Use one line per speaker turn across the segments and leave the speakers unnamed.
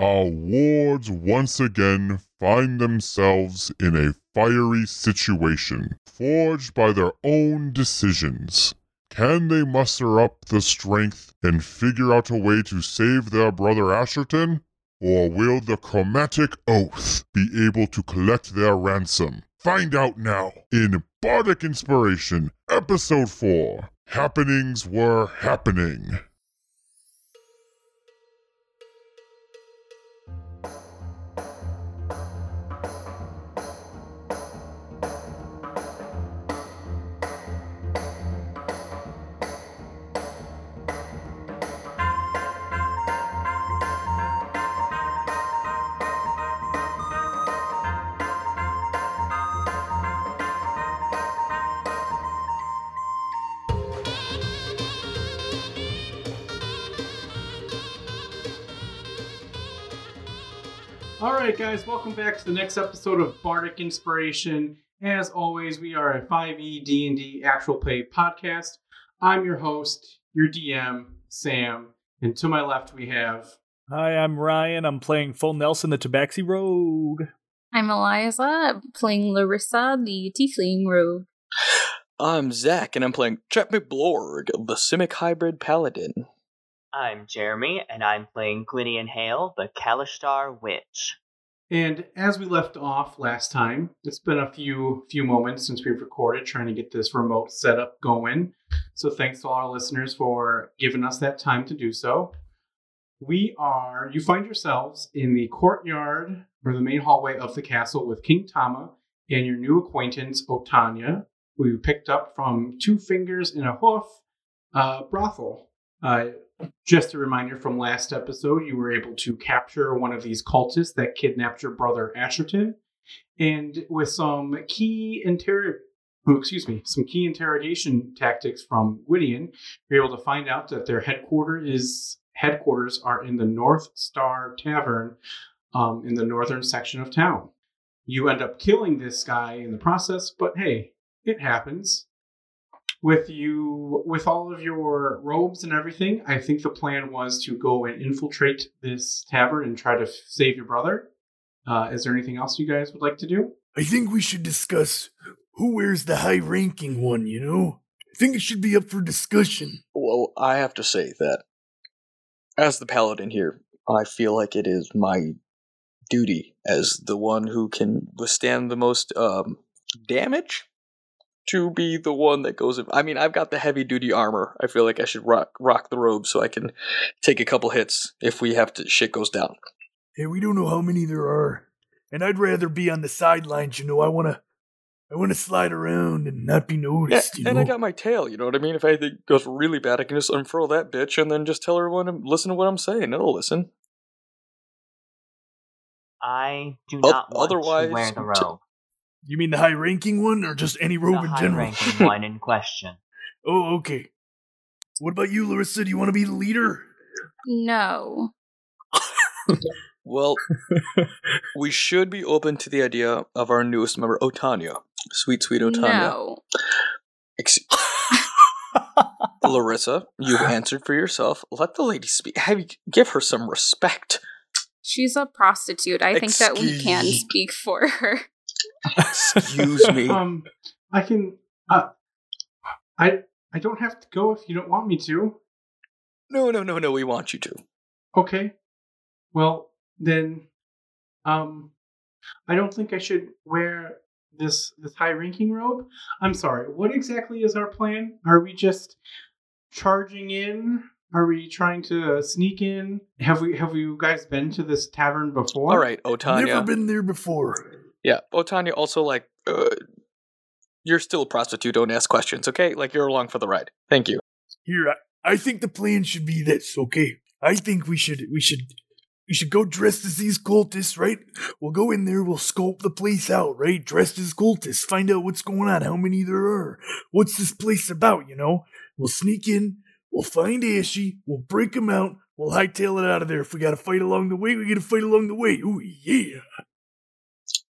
Our wards once again find themselves in a fiery situation, forged by their own decisions. Can they muster up the strength and figure out a way to save their brother Asherton? Or will the chromatic oath be able to collect their ransom? Find out now in Bardic Inspiration, Episode 4 Happenings Were Happening.
All right, guys, welcome back to the next episode of Bardic Inspiration. As always, we are a E 5e D&D actual play podcast. I'm your host, your DM, Sam, and to my left we have
Hi, I'm Ryan. I'm playing Full Nelson, the Tabaxi Rogue.
I'm Eliza. I'm playing Larissa, the Tiefling Rogue.
I'm Zach, and I'm playing Trap McBlorg, the Simic Hybrid Paladin.
I'm Jeremy, and I'm playing Gwydion Hale, the Kalishtar Witch.
And as we left off last time, it's been a few few moments since we've recorded trying to get this remote setup going. So thanks to all our listeners for giving us that time to do so. We are you find yourselves in the courtyard or the main hallway of the castle with King Tama and your new acquaintance Otanya, who you picked up from Two Fingers in a Hoof uh, brothel. Uh, just a reminder from last episode, you were able to capture one of these cultists that kidnapped your brother Asherton, and with some key inter oh, excuse me, some key interrogation tactics from Gwydion, you're able to find out that their headquarters is headquarters are in the North Star Tavern um, in the northern section of town. You end up killing this guy in the process, but hey, it happens with you with all of your robes and everything i think the plan was to go and infiltrate this tavern and try to f- save your brother uh, is there anything else you guys would like to do
I think we should discuss who wears the high ranking one, you know? I think it should be up for discussion.
Well, I have to say that, as the Paladin here, I feel like it is my duty as the one who can withstand the most um, damage to be the one that goes. I mean, I've got the heavy duty armor. I feel like I should rock rock the robe so I can take a couple hits if we have to. Shit goes down.
Hey, we don't know how many there are. And I'd rather be on the sidelines, you know. I wanna I wanna slide around and not be
Yeah,
noticed, you
Eh, and
know.
I got my tail, you know what I mean? If anything goes really bad, I can just unfurl that bitch and then just tell everyone to listen to what I'm saying. They'll listen.
I do
Oth-
not want
otherwise,
to wear the
t-
robe.
you mean the high ranking one or just any robe
the
in general?
high-ranking one in question.
oh, okay. What about you, Larissa? Do you wanna be the leader?
No.
Well, we should be open to the idea of our newest member, Otanya. Sweet, sweet Otanya.
No.
Ex- Larissa, you've answered for yourself. Let the lady speak. Have you, give her some respect.
She's a prostitute. I think that we can
Excuse-
speak for her.
Excuse me.
um i can uh, i i don't have to go if you don't want me to
No, no, no, no. We want you to.
okay well then um i don't think i should wear this this high ranking robe i'm sorry what exactly is our plan are we just charging in are we trying to sneak in have we have you guys been to this tavern before
All right,
Never
Otanya.
been there before.
yeah, Otanya. Also, like, uh, you're still a prostitute. Don't ask questions, okay? Like, you're along for the ride. Thank you.
Here, I, I think the plan should be this, okay? I think we should we should we should go dressed as these cultists, right? We'll go in there, we'll scope the place out, right? Dressed as cultists, find out what's going on, how many there are, what's this place about, you know? We'll sneak in, we'll find Ashy, we'll break him out, we'll hightail it out of there. If we gotta fight along the way, we gotta fight along the way. Ooh yeah.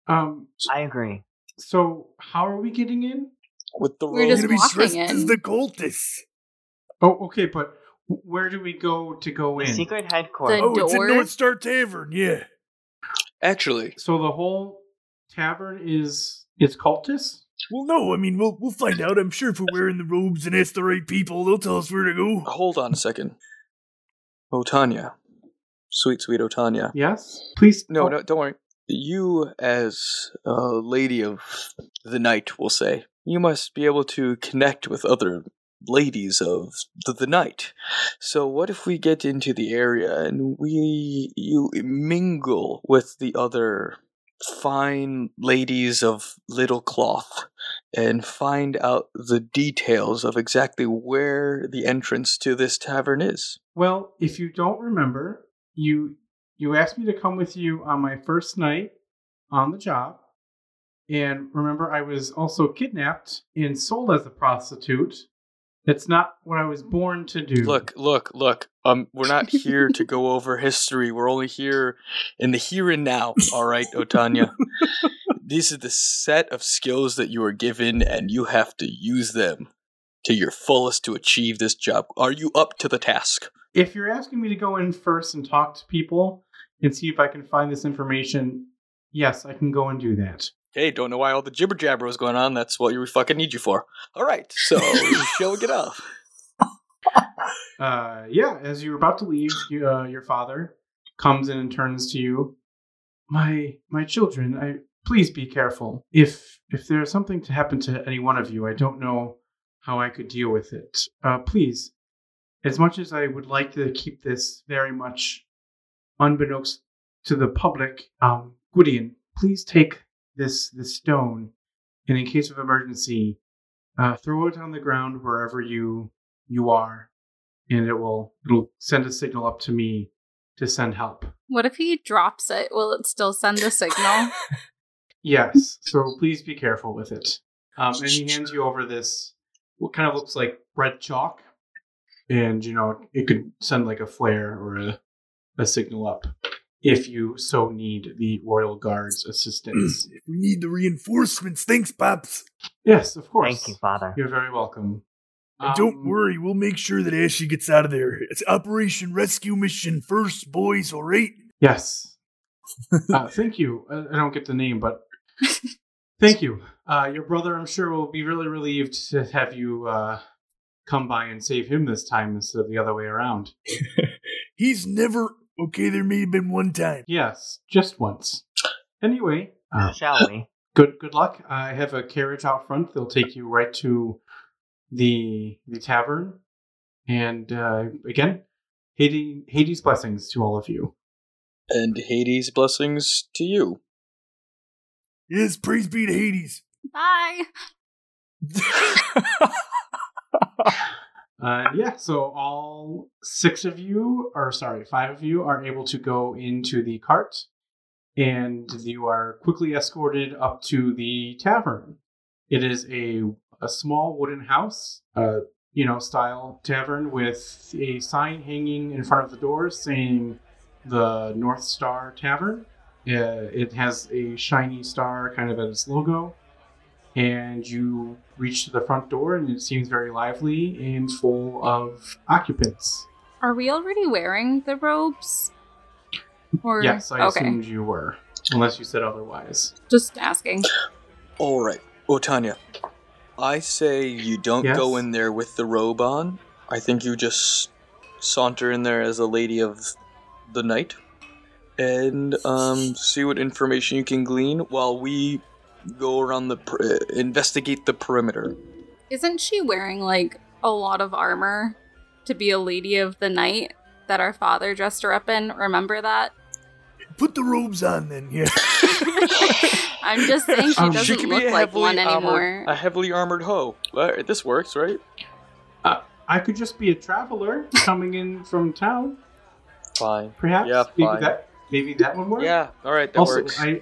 um s-
I agree.
so how are we getting in
With the
We're
robe,
just
We're gonna be
walking
dressed
in.
as the cultists.
oh okay but Where do we go to go
The
in?
secret headquarters.
The
oh, it's in
door?
North Star Tavern. Yeah.
Actually,
So the whole tavern is is cultists.
Well, no, I mean, we'll we'll find out. I'm sure if we're wearing the robes and ask the right people, they'll tell us where to go.
hold on a second. Otanya. Sweet, sweet Otanya.
Yes, please.
No, no, don't worry. You, as a lady of the night, will say, you must be able to connect with other ladies of the, the night. So, what if we get into the area and we you mingle with the other fine ladies of little cloth and find out the details of exactly where the entrance to this tavern is?
Well, if you don't remember, you you asked me to come with you on my first night on the job. And remember I was also kidnapped and sold as a prostitute. That's not what I was born to do.
Look, look, look. Um, we're not here to go over history. We're only here in the here and now. All right, Otanya. These are the set of skills that you are given, and you have to use them to your fullest to achieve this job. Are you up to the task?
if you're asking me to go in first and talk to people and see if I can find this information, yes, I can go and do that.
Hey, don't know why all the jibber jabber was going on. That's what you fucking need you for. All right, so shall we get off?
Uh, yeah, as you're about to leave, you, uh, your father comes in and turns to you. My my children, I please be careful. If if there's something to happen to any one of you, I don't know how I could deal with it. Uh, please, as much as I would like to keep this very much unbeknownst to the public, um, Gwydion, please take this this stone, and in case of emergency, uh, throw it on the ground wherever you you are and it will it'll send a signal up to me to send help.
What if he drops it? Will it still send a signal?
Yes, so please be careful with it. Um, and he hands you over this what kind of looks like red chalk, and you know it could send like a flare or a a signal up if you so need the royal guard's assistance.
If we need the reinforcements, thanks, Pops.
yes, of course.
Thank you, Father.
You're very welcome.
And don't
Um,
worry, we'll make sure that Ashley gets out of there. It's Operation Rescue Mission first, boys, all right?
Yes. Uh, thank you. I, I don't get the name, but thank you. Uh, your brother, I'm sure, will be really relieved to have you uh, come by and save him this time instead of the other way around.
He's never. Okay, there may have been one time.
Yes, just once. Anyway, uh,
Shall we?
good good luck. I have a carriage out front. They'll take you right to the the tavern. And uh, again, Hades, Hades blessings to all of you.
And Hades' blessings to you.
Yes, praise be to Hades.
Bye.
Uh, yeah, so all six of you, or sorry, five of you, are able to go into the cart, and you are quickly escorted up to the tavern. It is a a small wooden house, uh, you know, style tavern with a sign hanging in front of the door saying the North Star Tavern. Uh, it has a shiny star kind of at its logo and you reach to the front door and it seems very lively and full of occupants
Are we already wearing the robes? Or
yes i
okay,
assumed you were unless you said otherwise
just asking.
All right, Otanya. I say you don't
Yes?
go in there with the robe on. I think you just saunter in there as a lady of the night, and um, see what information you can glean while we go around the per- uh, investigate the perimeter.
Isn't she wearing like a lot of armor to be a lady of the night that our father dressed her up in? Remember that?
Put the robes on then, yeah.
I'm just saying she
Um,
doesn't
could
look like one
um,
anymore.
Armored, a heavily armored hoe. All right, this works, right?
i could just be a traveler coming in from town
Fine.
perhaps
Yeah,
maybe
fine.
that maybe that would work
Yeah. All right, that
also
works.
i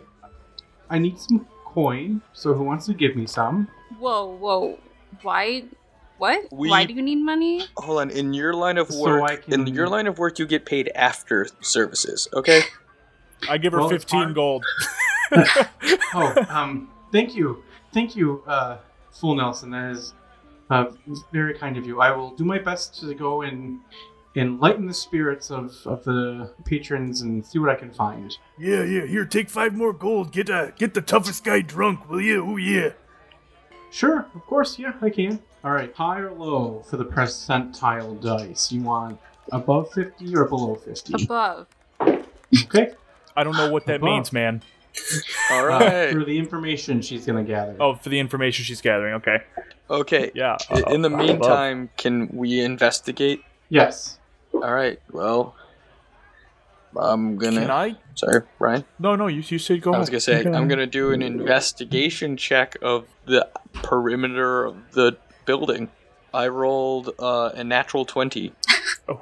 i need some coin so who wants to give me some
Whoa, whoa. Why? What?
We-
Why do you need money?
Hold on. In your line of
So
work,
I can-
in your line of work, you get paid after services. Okay.
I give her
Well, it's
15
hard.
gold.
oh um thank you thank you uh full nelson that is uh, very kind of you i will do my best to go and enlighten the spirits of, of the patrons and see what I can find.
Yeah, yeah. Here, take five more gold. Get uh, get the toughest guy drunk, will you? Oh yeah.
Sure, of course, yeah, I can. All right, high or low for the percentile dice? You want above 50 or below 50?
Above.
Okay.
I don't know what that
Above.
means, man.
All
Uh,
right.
for the information she's going to gather.
Oh, for the information she's gathering. Okay.
Okay.
Yeah. uh,
I- In the
above.
meantime, can we investigate?
Yes.
All right. Well, I'm gonna.
can I?
Sorry, Ryan.
No, no. You, you said go.
I was
ahead.
gonna say
Go
I'm
ahead.
gonna do an investigation check of the perimeter of the building. I rolled uh, a natural twenty.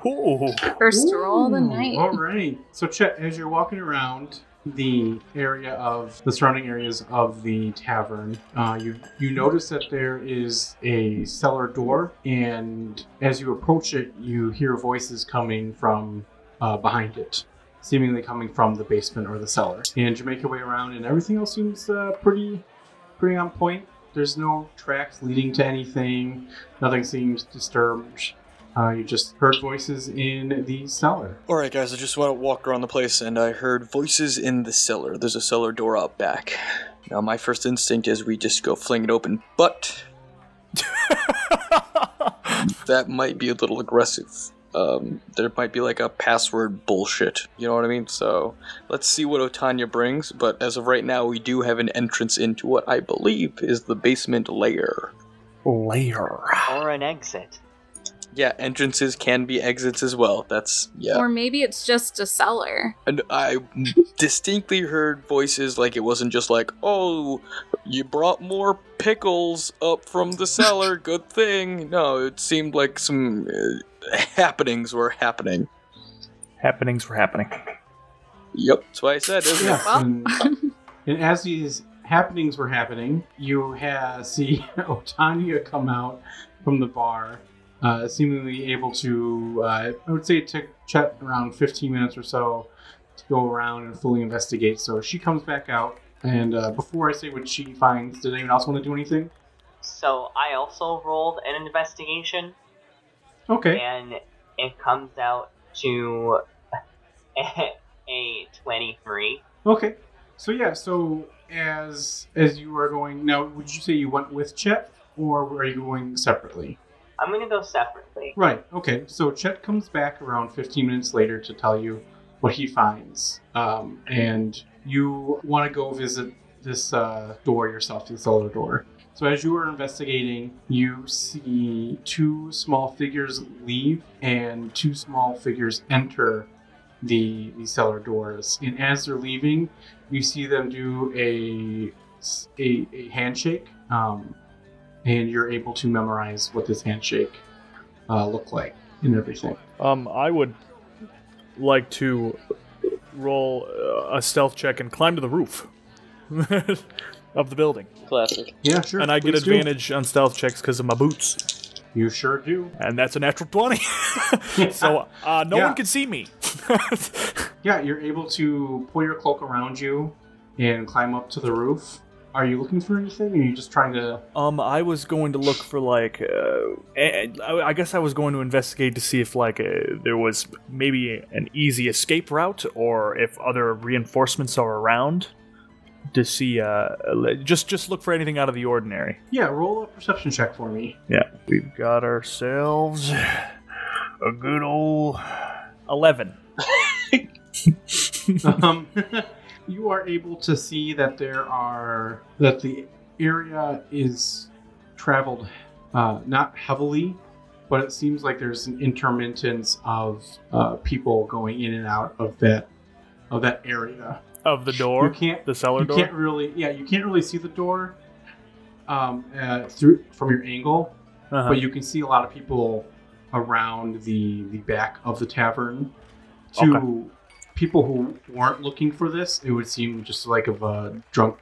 Ooh.
First roll of the
Ooh,
night.
All right. So, Chet, as you're walking around the area of the surrounding areas of the tavern, uh, you you notice that there is a cellar door, and as you approach it, you hear voices coming from uh, behind it. Seemingly coming from the basement or the cellar, and you make your way around, and everything else seems uh, pretty, pretty on point. There's no tracks leading to anything. Nothing seems disturbed. Uh, you just heard voices in the cellar.
All right, guys. I just want to walk around the place, and I heard voices in the cellar. There's a cellar door out back. Now, my first instinct is we just go fling it open, but that might be a little aggressive. Um, there might be like a password bullshit. You know what I mean? So let's see what Otanya brings. But as of right now, we do have an entrance into what I believe is the basement layer.
Layer.
Or an exit.
Yeah, entrances can be exits as well. That's yeah.
Or maybe it's just a cellar.
And I distinctly heard voices like it wasn't just like, oh, you brought more pickles up from the cellar. Good thing. No, it seemed like some uh, happenings were happening.
Happenings were happening.
Yep, that's why I said, isn't it?
Well.
And, and as these happenings were happening, you ha- see Otania come out from the bar, uh, seemingly able to, uh, I would say it took Chet around 15 minutes or so to go around and fully investigate. So she comes back out, and uh, before I say what she finds, did anyone else want to do anything?
So I also rolled an investigation,
Okay.
and it comes out to a 23.
Okay. So yeah, so as as you are going now, would you say you went with Chet or are you going separately?
I'm gonna go separately.
Right. Okay. So Chet comes back around 15 minutes later to tell you what he finds, um, and you want to go visit this uh, door yourself, this cellar door. So as you are investigating, you see two small figures leave and two small figures enter the the cellar doors. And as they're leaving, you see them do a a, a handshake, um, and you're able to memorize what this handshake uh, look like and everything.
Um, I would like to roll uh, a stealth check and climb to the roof of the building,
Classic.
Yeah, sure.
and I get
please do.
advantage on stealth checks because of my boots,
You sure do.
and that's a natural twenty. so uh, no
Yeah.
one can see me.
Yeah, you're able to pull your cloak around you and climb up to the roof. Are you looking for anything? Or are you just trying to?
um, I was going to look for like, uh, eh, I I guess I was going to investigate to see if like uh, there was maybe an easy escape route or if other reinforcements are around to see. Uh, just just look for anything out of the ordinary.
Yeah, roll a perception check for me.
Yeah, we've got ourselves a good old eleven.
um, you are able to see that there are that the area is traveled uh, not heavily, but it seems like there's an intermittence of uh, people going in and out of that of that area.
of the door,
you can't
the cellar
you
door.
can't really yeah you can't really see the door um, uh, through from your angle
Uh-huh.
but you can see a lot of people around the the back of the tavern to people who weren't looking for this it would seem just like of uh, drunk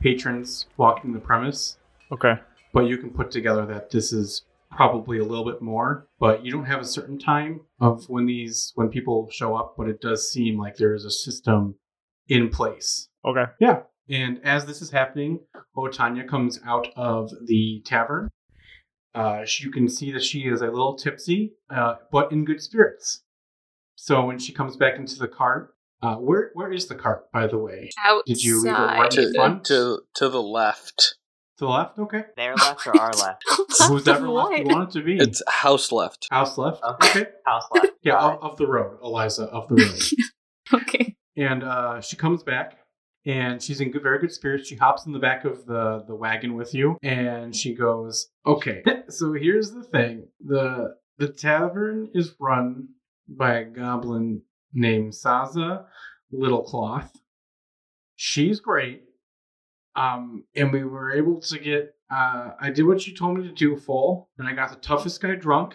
patrons walking the premise
okay.
but you can put together that this is probably a little bit more but you don't have a certain time of when these when people show up but it does seem like there is a system in place
Okay.
and as this is happening, Otanya comes out of the tavern. Uh, she- you can see that she is a little tipsy, uh, but in good spirits. So when she comes back into the cart, uh, where where is the cart, by the way?
Outside.
Did you leave a word
to,
Front?
to to the left.
To the left? Okay.
Their left or our left?
Who's ever left you want it to be?
It's house left.
House left?
Okay.
Okay.
House left.
Yeah,
Got
of, of the road, Eliza, of the road.
okay.
and uh, she comes back and she's in good, very good spirits. She hops in the back of the, the wagon with you and she goes, Okay, so here's the thing the, the tavern is run by a goblin named Saza Littlecloth. She's great. Um, and we were able to get, uh, I did what you told me to do, full, and I got the toughest guy drunk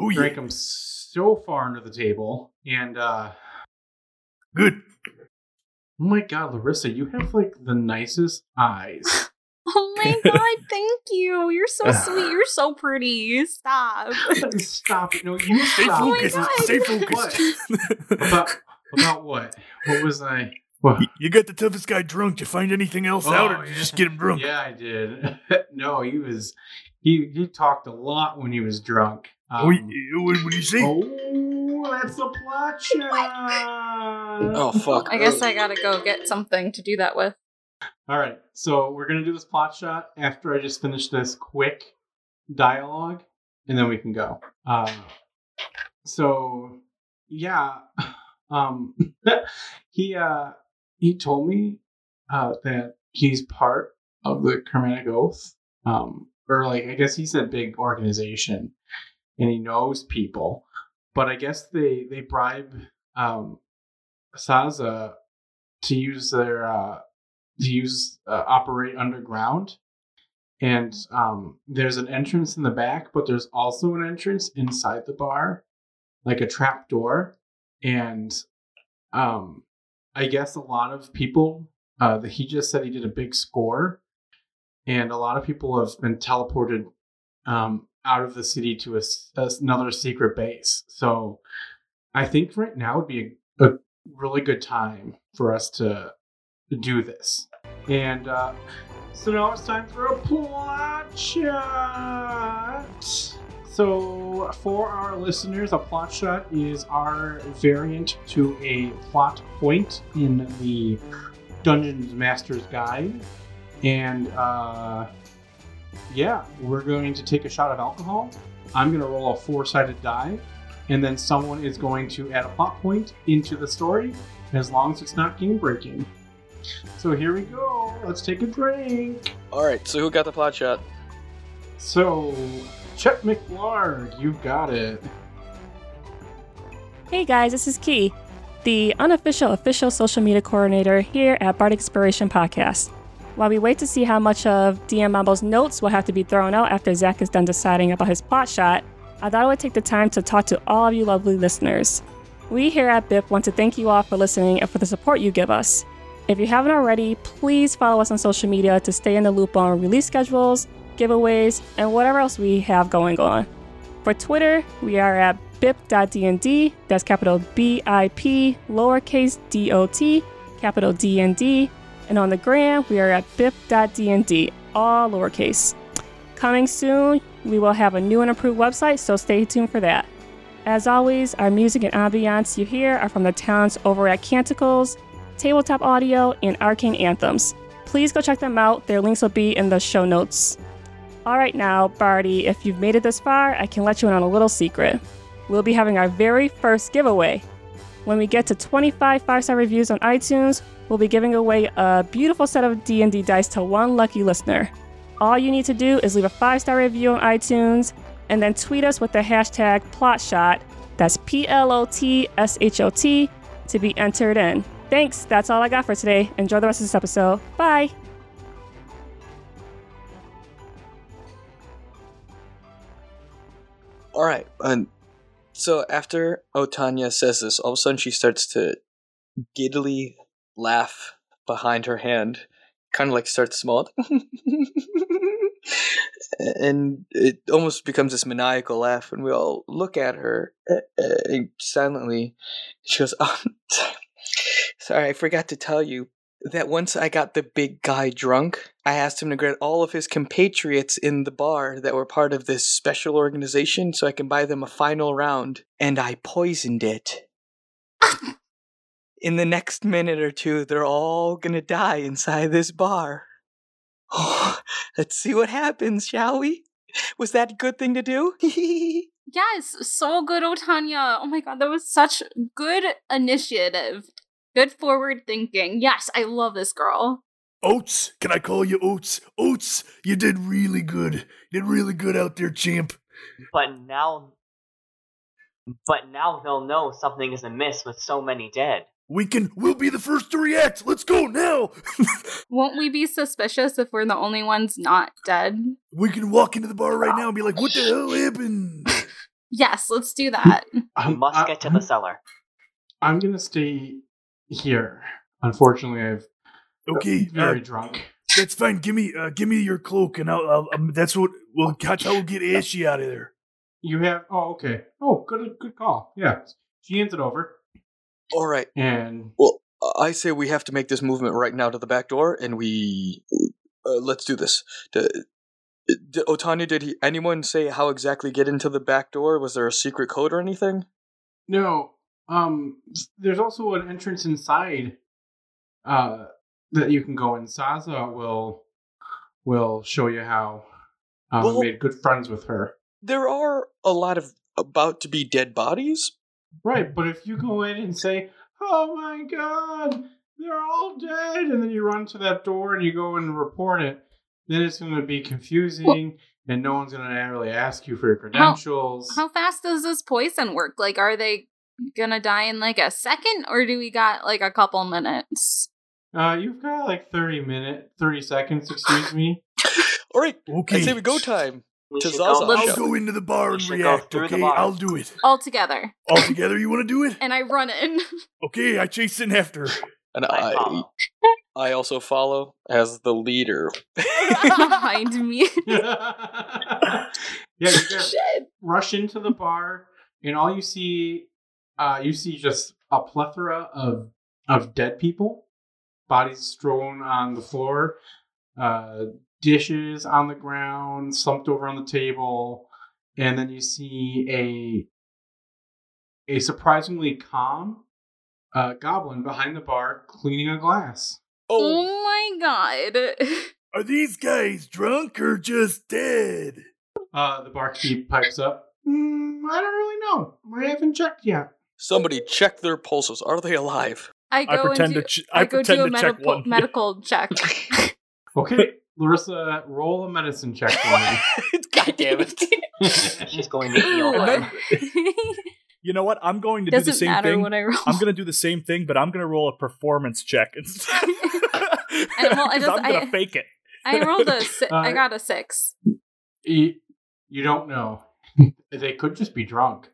Oh yeah,
drank him so far under the table. And uh,
good.
oh my god, Larissa, you have like the nicest eyes.
Oh my god, thank you. You're so sweet. You're so pretty. Stop.
stop it! No, you
Stay
stop.
Oh my
focused.
God.
Stay
What?
focused.
About about what? What was I? What?
You got the toughest guy drunk. Did you find anything else
Oh,
out, or did
yeah.
you just get him drunk?
Yeah, I did. no, he was. He he talked a lot when he was drunk. Um,
Oh, y- y- what what do you say?
oh, that's a plot shot.
Oh fuck.
I guess I gotta go get something to do that with.
All right, so we're gonna do this plot shot after I just finish this quick dialogue, and then we can go. Uh, so, yeah, um, he uh, he told me uh, that he's part of the Kermatic Oath, um, or like I guess he said big organization, and he knows people, but I guess they they bribe um, Saza to use their. Uh, to use uh, operate underground and um, there's an entrance in the back but there's also an entrance inside the bar like a trap door and um, i guess a lot of people uh, that he just said he did a big score and a lot of people have been teleported um, out of the city to a s a s- another secret base so i think right now would be a, a really good time for us to do this and uh, so now it's time for a plot shot. So for our listeners, a plot shot is our variant to a plot point in the Dungeons Master's Guide, and uh, yeah, we're going to take a shot of alcohol. I'm going to roll a four-sided die, and then someone is going to add a plot point into the story, as long as it's not game breaking. So here we go. Let's take a drink.
All right. So who got the plot shot?
So, Chet McLarg, you got it.
Hey guys, this is Key, the unofficial official social media coordinator here at Bardic Inspiration Podcast. While we wait to see how much of DM Mambo's notes will have to be thrown out after Zach is done deciding about his plot shot, I thought I would take the time to talk to all of you lovely listeners. We here at BIP want to thank you all for listening and for the support you give us. If you haven't already, please follow us on social media to stay in the loop on release schedules, giveaways, and whatever else we have going on. For Twitter, we are at bip.dnd, that's capital B I P, lowercase d o t, capital D N D. And on the gram, we are at bip.dnd, all lowercase. Coming soon, we will have a new and improved website, so stay tuned for that. As always, our music and ambiance you hear are from the talents over at Canticles, Tabletop Audio, and Arcane Anthems. Please go check them out. Their links will be in the show notes. All right, now, Barty, if you've made it this far, I can let you in on a little secret. We'll be having our very first giveaway. When we get to 25 five-star reviews on iTunes, we'll be giving away a beautiful set of D&D dice to one lucky listener. All you need to do is leave a five-star review on iTunes and then tweet us with the hashtag PlotShot. That's P-L-O-T-S-H-O-T to be entered in. Thanks. That's all I got for today. Enjoy the rest of this episode. Bye.
All right. And so after Otanya says this, all of a sudden she starts to giddily laugh behind her hand, kind of like starts small, and it almost becomes this maniacal laugh. And we all look at her uh, uh, and silently. She goes, "Oh, sorry, I forgot to tell you, that once I got the big guy drunk, I asked him to get all of his compatriots in the bar that were part of this special organization so I can buy them a final round, and I poisoned it. in the next minute or two, they're all gonna die inside this bar. let's see what happens, shall we? Was that a good thing to do?
Yes, so good, Otanya. Oh my god, that was such good initiative. Good forward thinking. Yes, I love this girl.
Oats, can I call you Oats? Oats, you did really good. You did really good out there, champ.
But now, but now they'll know something is amiss with so many dead.
We can. We'll be the first to react. Let's go now.
Won't we be suspicious if we're the only ones not dead?
we can walk into the bar right now and be like, "What the hell happened?"
Yes, let's do that.
We must
Um, I-
get to the cellar.
I'm gonna stay here. Unfortunately, I've
Okay, uh,
very drunk.
that's fine. Give me, uh, give me your cloak, and I'll. I'll um, that's what. Well, that's how we'll get Ashy out of there.
You have oh okay. Oh good good call. Yeah. She hands it over.
all right.
And
Well, I say we have to make this movement right now to the back door, and we uh, let's do this. D- d- Otanya, did he, anyone say how exactly get into the back door? Was there a secret code or anything?
no, um there's also an entrance inside uh that you can go in. Saza will will show you how um,
Well-
made good friends with her.
There are a lot of about to be dead bodies.
Right, but if you go in and say, Oh my god, they're all dead and then you run to that door and you go and report it, then it's gonna be confusing and no one's gonna really ask you for your credentials.
How fast does this poison work? Like, are they gonna die in like a second, or do we got like a couple minutes?
Uh, you've got like thirty minute, thirty seconds, excuse me.
All right,
Okay,
I say we go time.
We
To
should
Zaza.
go.
Let's-
I'll go into the bar
We
and
should go
react.
through the
Okay,
bar.
I'll do it.
All together,
All together, you want to do it?
and I run in.
Okay, I chase in after. her.
And
I
I,
follow.
I also follow as the leader.
behind me.
yeah, you guys rush into the bar, and all you see, uh, you see just a plethora of of dead people, bodies strewn on the floor, uh, dishes on the ground, slumped over on the table, and then you see a a surprisingly calm uh, goblin behind the bar cleaning a glass.
Oh,
Oh my god.
Are these guys drunk or just dead?
Uh, the barkeep pipes up. Mm, I don't really know. I haven't checked yet.
somebody check their pulses. Are they alive?
I go
I pretend
and do,
to. Ch-
I,
I,
go do a
pretend to check
medical
one.
medical check.
Okay, Larissa, roll a medicine check for
God damn it!
me.
She's going to heal her.
Doesn't
You know what? I'm going to do the same
matter
thing.
what I roll.
I'm gonna do the same thing, but I'm gonna roll a performance check instead.
well, I
'Cause
just-
I'm gonna
I-
fake it.
I rolled a. Si- I
Uh,
got a six.
you, you don't know. they could just be drunk.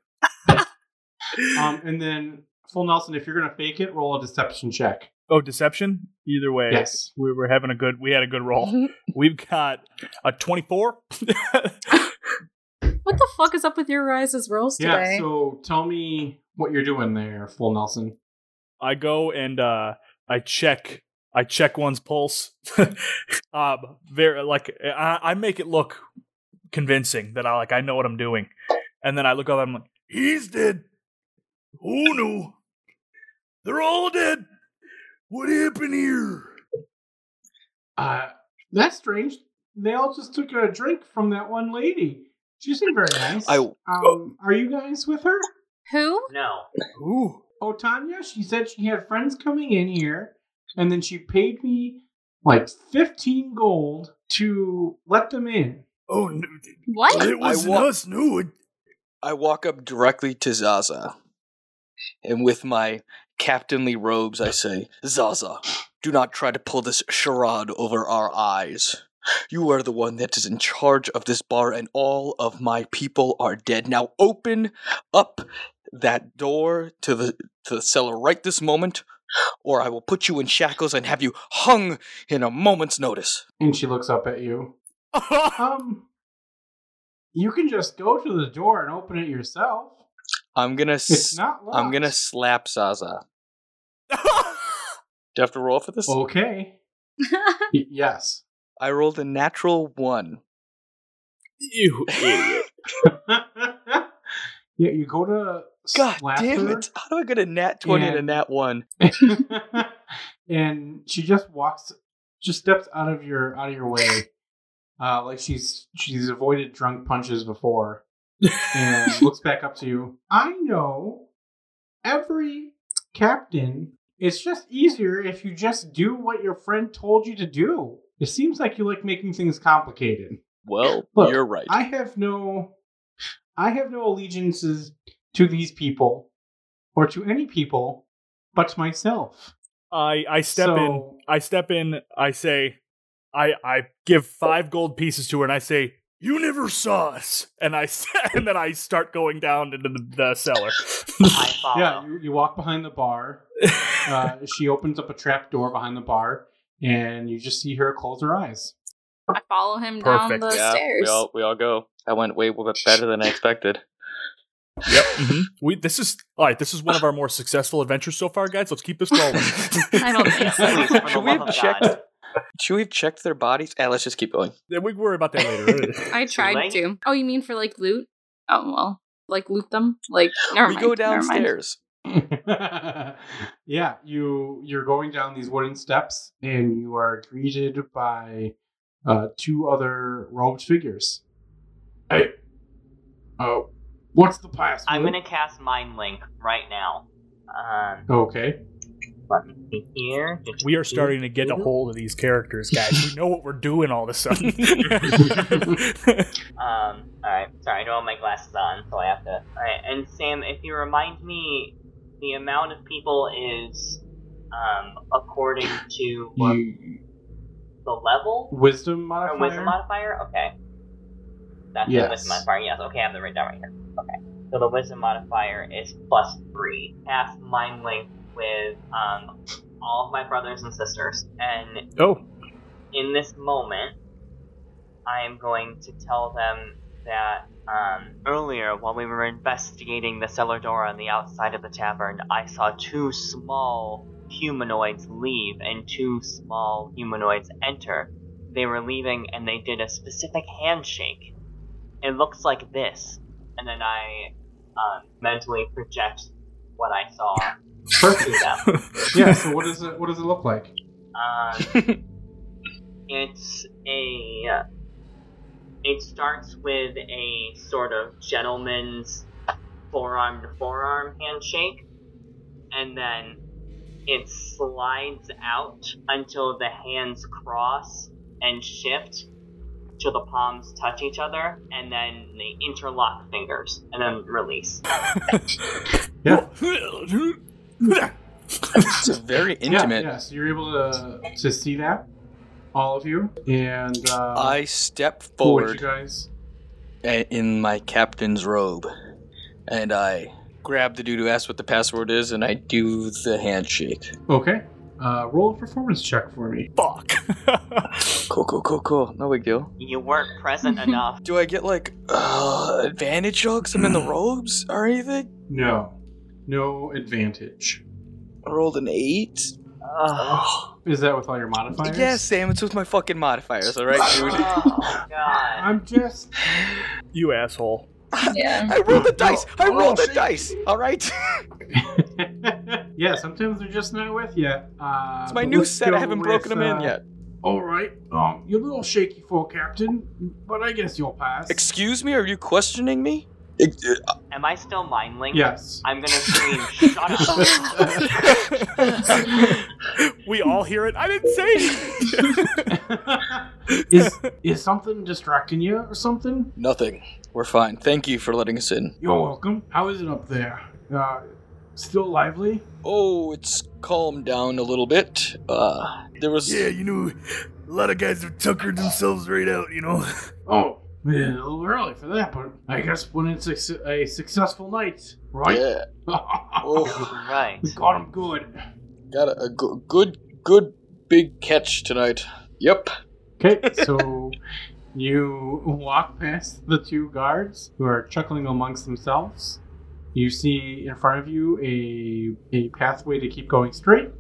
um, and then Full Nelson, if you're gonna fake it, roll a deception check.
Oh, deception. Either way,
Yes.
we were having a good. We had a good roll. We've got a 24.
What the fuck is up with your guys' rolls
Yeah.
today?
So tell me what you're doing there, Full Nelson.
I go and uh, I check. I check one's pulse. um, very like I, I make it look convincing that I like I know what I'm doing, and then I look up. I'm like,
He's dead. Oh no, they're all dead. What happened here?
Uh, that's strange. They all just took a drink from that one lady. She seemed very nice.
I-
um, are you guys with her?
Who?
No.
Ooh.
Otanya, Oh, she said she had friends coming in here, and then she paid me like 15 gold to let them in.
Oh no,
What?
it wasn't
wa-
us. No, it,
I walk up directly to Zaza, and with my captainly robes, I say, Zaza, do not try to pull this charade over our eyes. You are the one that is in charge of this bar, and all of my people are dead. Now open up that door to the to the cellar right this moment, or I will put you in shackles and have you hung in a moment's notice.
And she looks up at you. Um, you can just go to the door and open it yourself.
I'm gonna
It's
s-
not locked.
I'm gonna slap Zaza. Do I have to roll for this?
Okay. Y- yes.
I rolled a natural one.
You idiot.
yeah, you go to
God
slap
damn
her,
it! How do I get a nat twenty and a
And-
nat one?
and she just walks, just steps out of your out of your way, uh, like she's she's avoided drunk punches before, and looks back up to you. I know every captain. It's just easier if you just do what your friend told you to do. It seems like you like making things complicated.
Well,
Look,
you're right.
I have no I have no allegiances to these people or to any people but to myself.
I I step in.
so,
I step in. I say, I I give five gold pieces to her, and I say, "You never saw us." And I s- and then I start going down into the, the cellar.
I follow.
Yeah,
Ah.
you, you walk behind the bar. Uh, she opens up a trap door behind the bar and you just see her close her eyes.
I follow him down
Perfect.
the stairs.
we all we all go. That went way w- better than I expected.
yep. mhm. We this is all right. This is one of our more successful adventures so far, guys. Let's keep this rolling.
Mm-hmm.
I don't think so.
Please, for the
Should we
love
have
of
checked?
God.
Should we have checked their bodies? Eh, let's just keep going.
Yeah, we can worry about that later.
I tried
late?
to. Oh, you mean for like loot? Oh well, like loot them. Like never
we
mind.
go
never mind.
downstairs.
yeah, you you're going down these wooden steps and you are greeted by uh, two other robed figures. Hey, oh, what's the password?
I'm gonna cast Mind Link right now. Um,
Okay.
let me see here.
We are starting to get a hold of these characters, guys. We know what we're doing all of a sudden.
Um, alright, sorry, I don't have my glasses on, so I have to. Alright, and Sam, if you remind me, the amount of people is, um, according to what,
You,
the level?
wisdom
Or
modifier.
wisdom modifier? Okay. That's
Yes.
the wisdom modifier, yes. Okay, I have the written down right here. Okay. So the wisdom modifier is plus three. Cast Mind Link with, um, all of my brothers and sisters, and
oh,
in this moment, I am going to tell them that um, earlier, while we were investigating the cellar door on the outside of the tavern, I saw two small humanoids leave and two small humanoids enter. They were leaving and they did a specific handshake. It looks like this. And then I um, mentally project what I saw to
Perfect.
them.
yeah. So what does it what does it look like?
Um, it's a. uh, It starts with a sort of gentleman's forearm to forearm handshake, and then it slides out until the hands cross and shift till the palms touch each other, and then they interlock fingers and then release.
Yeah.
It's very
Yeah,
intimate.
Yeah, So you're able to to see that, all of you, and uh,
I step
who would you
forward
guys.
a- in my captain's robe, and I grab the dude who asked what the password is, and I do the handshake.
Okay. Uh, roll a performance check for me.
fuck.
Cool, cool, cool, cool. No big deal.
You weren't present enough.
Do I get like uh, advantage though, because I'm in the robes or anything?
No. No advantage.
I rolled an eight.
Ugh.
Is that with all your modifiers?
Uh, Yeah, Sam, it's with my fucking modifiers. All right, dude.
Oh, God.
I'm just.
you asshole.
Yeah.
I rolled the dice. I
Oh,
rolled the
shit.
dice. All right.
yeah, sometimes they're just not with you. Uh,
It's my
but
new
let's
set. I
go
haven't
with,
broken them in
uh,
yet.
All right. Um, you're a little shaky for captain, but I guess you'll pass.
Excuse me. Are you questioning me?
Am I still mind linked?
yes.
I'm gonna scream, shut up!
we all hear it. I didn't say anything.
is is something distracting you or something?
Nothing. We're fine. Thank you for letting us in.
You're welcome. How is it up there? Uh, still lively?
Oh, it's calmed down a little bit. Uh, there was.
Yeah, you know, a lot of guys have tuckered themselves right out, you know.
Oh, yeah, a little early for that, but I guess when it's a, su- a successful night, right?
Yeah, Oh.
right.
we got him good.
got a, a go- good, good big catch tonight. Yep.
Okay, so you walk past the two guards who are chuckling amongst themselves. You see in front of you a, a pathway to keep going straight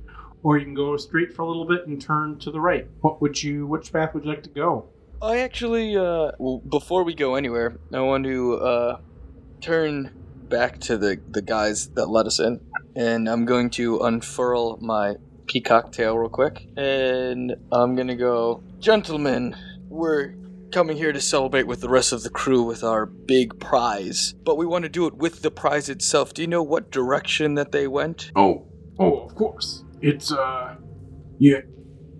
or you can go straight for a little bit and turn to the right. What would you? Which path would you like to go?
I actually, uh, well, before we go anywhere, I want to uh, turn back to the, the guys that let us in, and I'm going to unfurl my peacock tail real quick, and I'm gonna go, gentlemen, we're coming here to celebrate with the rest of the crew with our big prize, but we want to do it with the prize itself. Do you know what direction that they went?
Oh, oh, of course. It's uh, yeah.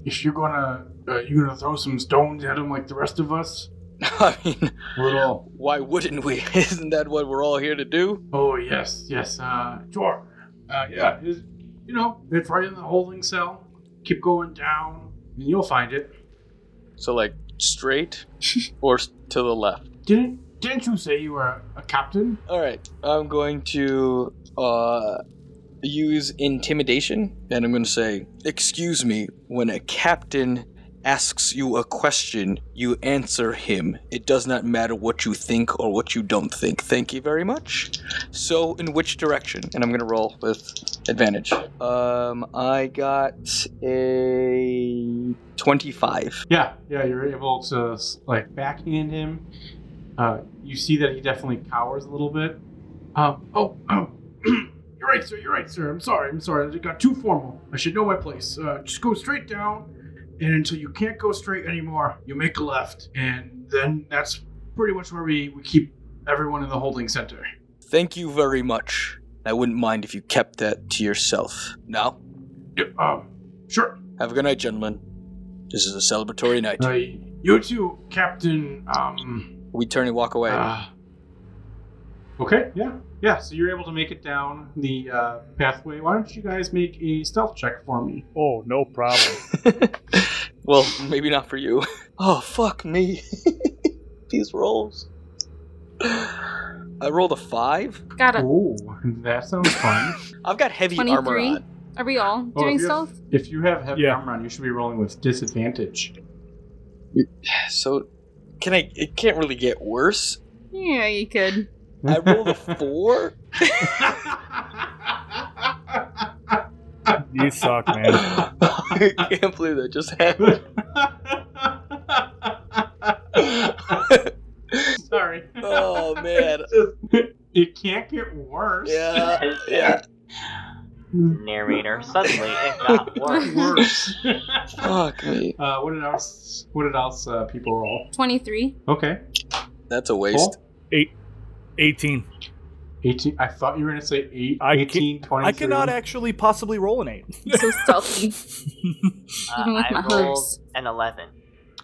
If you're gonna uh, you're gonna throw some stones at them like the rest of us,
I mean,
we're all
why wouldn't we? Isn't that what we're all here to do?
Oh yes, yes, uh, sure. Uh, yeah, it's, you know, it's right in the holding cell. Keep going down, and you'll find it.
So, like, straight or s- to the left?
Didn't didn't you say you were a captain?
All right, I'm going to uh, use intimidation, and I'm going to say, "Excuse me." When a captain asks you a question, you answer him. It does not matter what you think or what you don't think. Thank you very much. So, in which direction? And I'm going to roll with advantage. Um, I got a twenty-five.
Yeah, yeah, you're able to s- like backhand him. Uh, you see that he definitely cowers a little bit. Um, oh, oh, you're right, sir. You're right, sir. I'm sorry. I'm sorry. I got too formal. I should know my place. Uh, just go straight down, and until you can't go straight anymore, you make a left, and then that's pretty much where we we keep everyone in the holding center.
Thank you very much. I wouldn't mind if you kept that to yourself. Now,
Yeah, um, sure.
Have a good night, gentlemen. This is a celebratory night.
Uh, you too, Captain. Um.
We turn and walk away.
Ah. okay, yeah. Yeah, so you're able to make it down the uh, pathway. Why don't you guys make a stealth check for me?
Oh, no problem.
well, maybe not for you. Oh, fuck me. These rolls. I rolled a five.
Got it.
Oh, that sounds fun.
I've got heavy armor
23?
on.
Are we all
Oh,
doing
if you have-
stealth?
If you have heavy
Yeah.
armor on, you should be rolling with disadvantage.
So, can I? It can't really get worse.
Yeah, you could.
I rolled a four.
you suck, man.
I can't believe that just happened.
Sorry.
Oh, man.
it can't get worse.
Yeah. Yeah.
Narrator suddenly it got worse.
Worse.
Fuck me.
Uh, what did else? What did else? Uh, people roll.
23.
Okay.
That's a
Cool.
waste.
18.
18. I thought you were going to say eight,
I
18, 23.
I cannot actually possibly roll an 8.
So stealthy.
Uh,
Even with
I
my
rolled
horse.
an 11.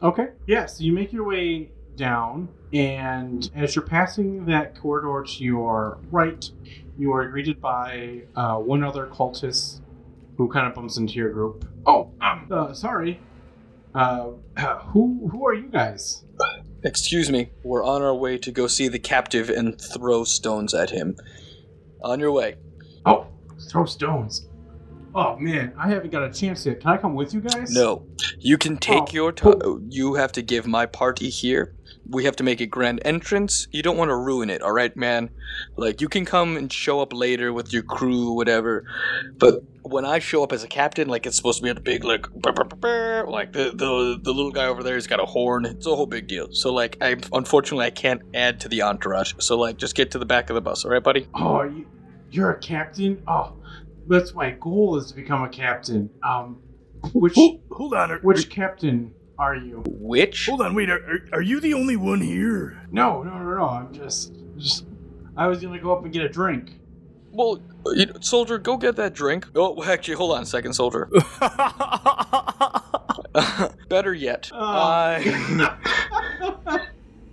Okay. Yeah, so you make your way down, and as you're passing that corridor to your right, you are greeted by uh, one other cultist who kind of bumps into your group. Oh, um, uh, sorry. Uh, who who are you guys?
Excuse me. We're on our way to go see the captive and throw stones at him. On your way.
Oh, throw stones. Oh man, I haven't got a chance yet. Can I come with you guys?
No, you can take
Oh.
your time. You have to give my party here. We have to make a grand entrance. You don't want to ruin it, all right, man. Like you can come and show up later with your crew, whatever. But when I show up as a captain, like it's supposed to be a big like, brr, brr, brr, brr, like the, the the little guy over there, he's got a horn. It's a whole big deal. So like, I unfortunately I can't add to the entourage. So like, just get to the back of the bus, all right, buddy.
Oh, you, you're a captain. Oh, that's my goal is to become a captain. Um, which
Hold, hold on. Are,
which captain are you?
Which
hold on. Wait. Are, are, are you the only one here?
No, no, no, no. I'm just, just. I was gonna go up and get a drink.
well, you know, soldier, go get that drink. Oh, actually, hold on a second, soldier. Better yet,
Oh.
I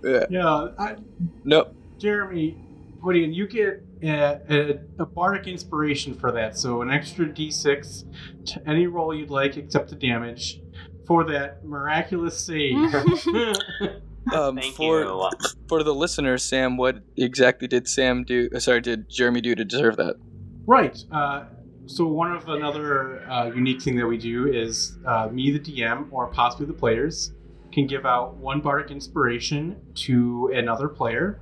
Yeah.
yeah, I,
no.
Jeremy, Woody, you get a, a, a bardic inspiration for that. So an extra d6 to any roll you'd like, except the damage, for that miraculous save.
Um,
Thank
for
you.
for the listeners, Sam, what exactly did Sam do? uh, Sorry, did Jeremy do to deserve that?
Right. Uh, so one of another uh, unique thing that we do is uh, me, the DM, or possibly the players can give out one bardic inspiration to another player,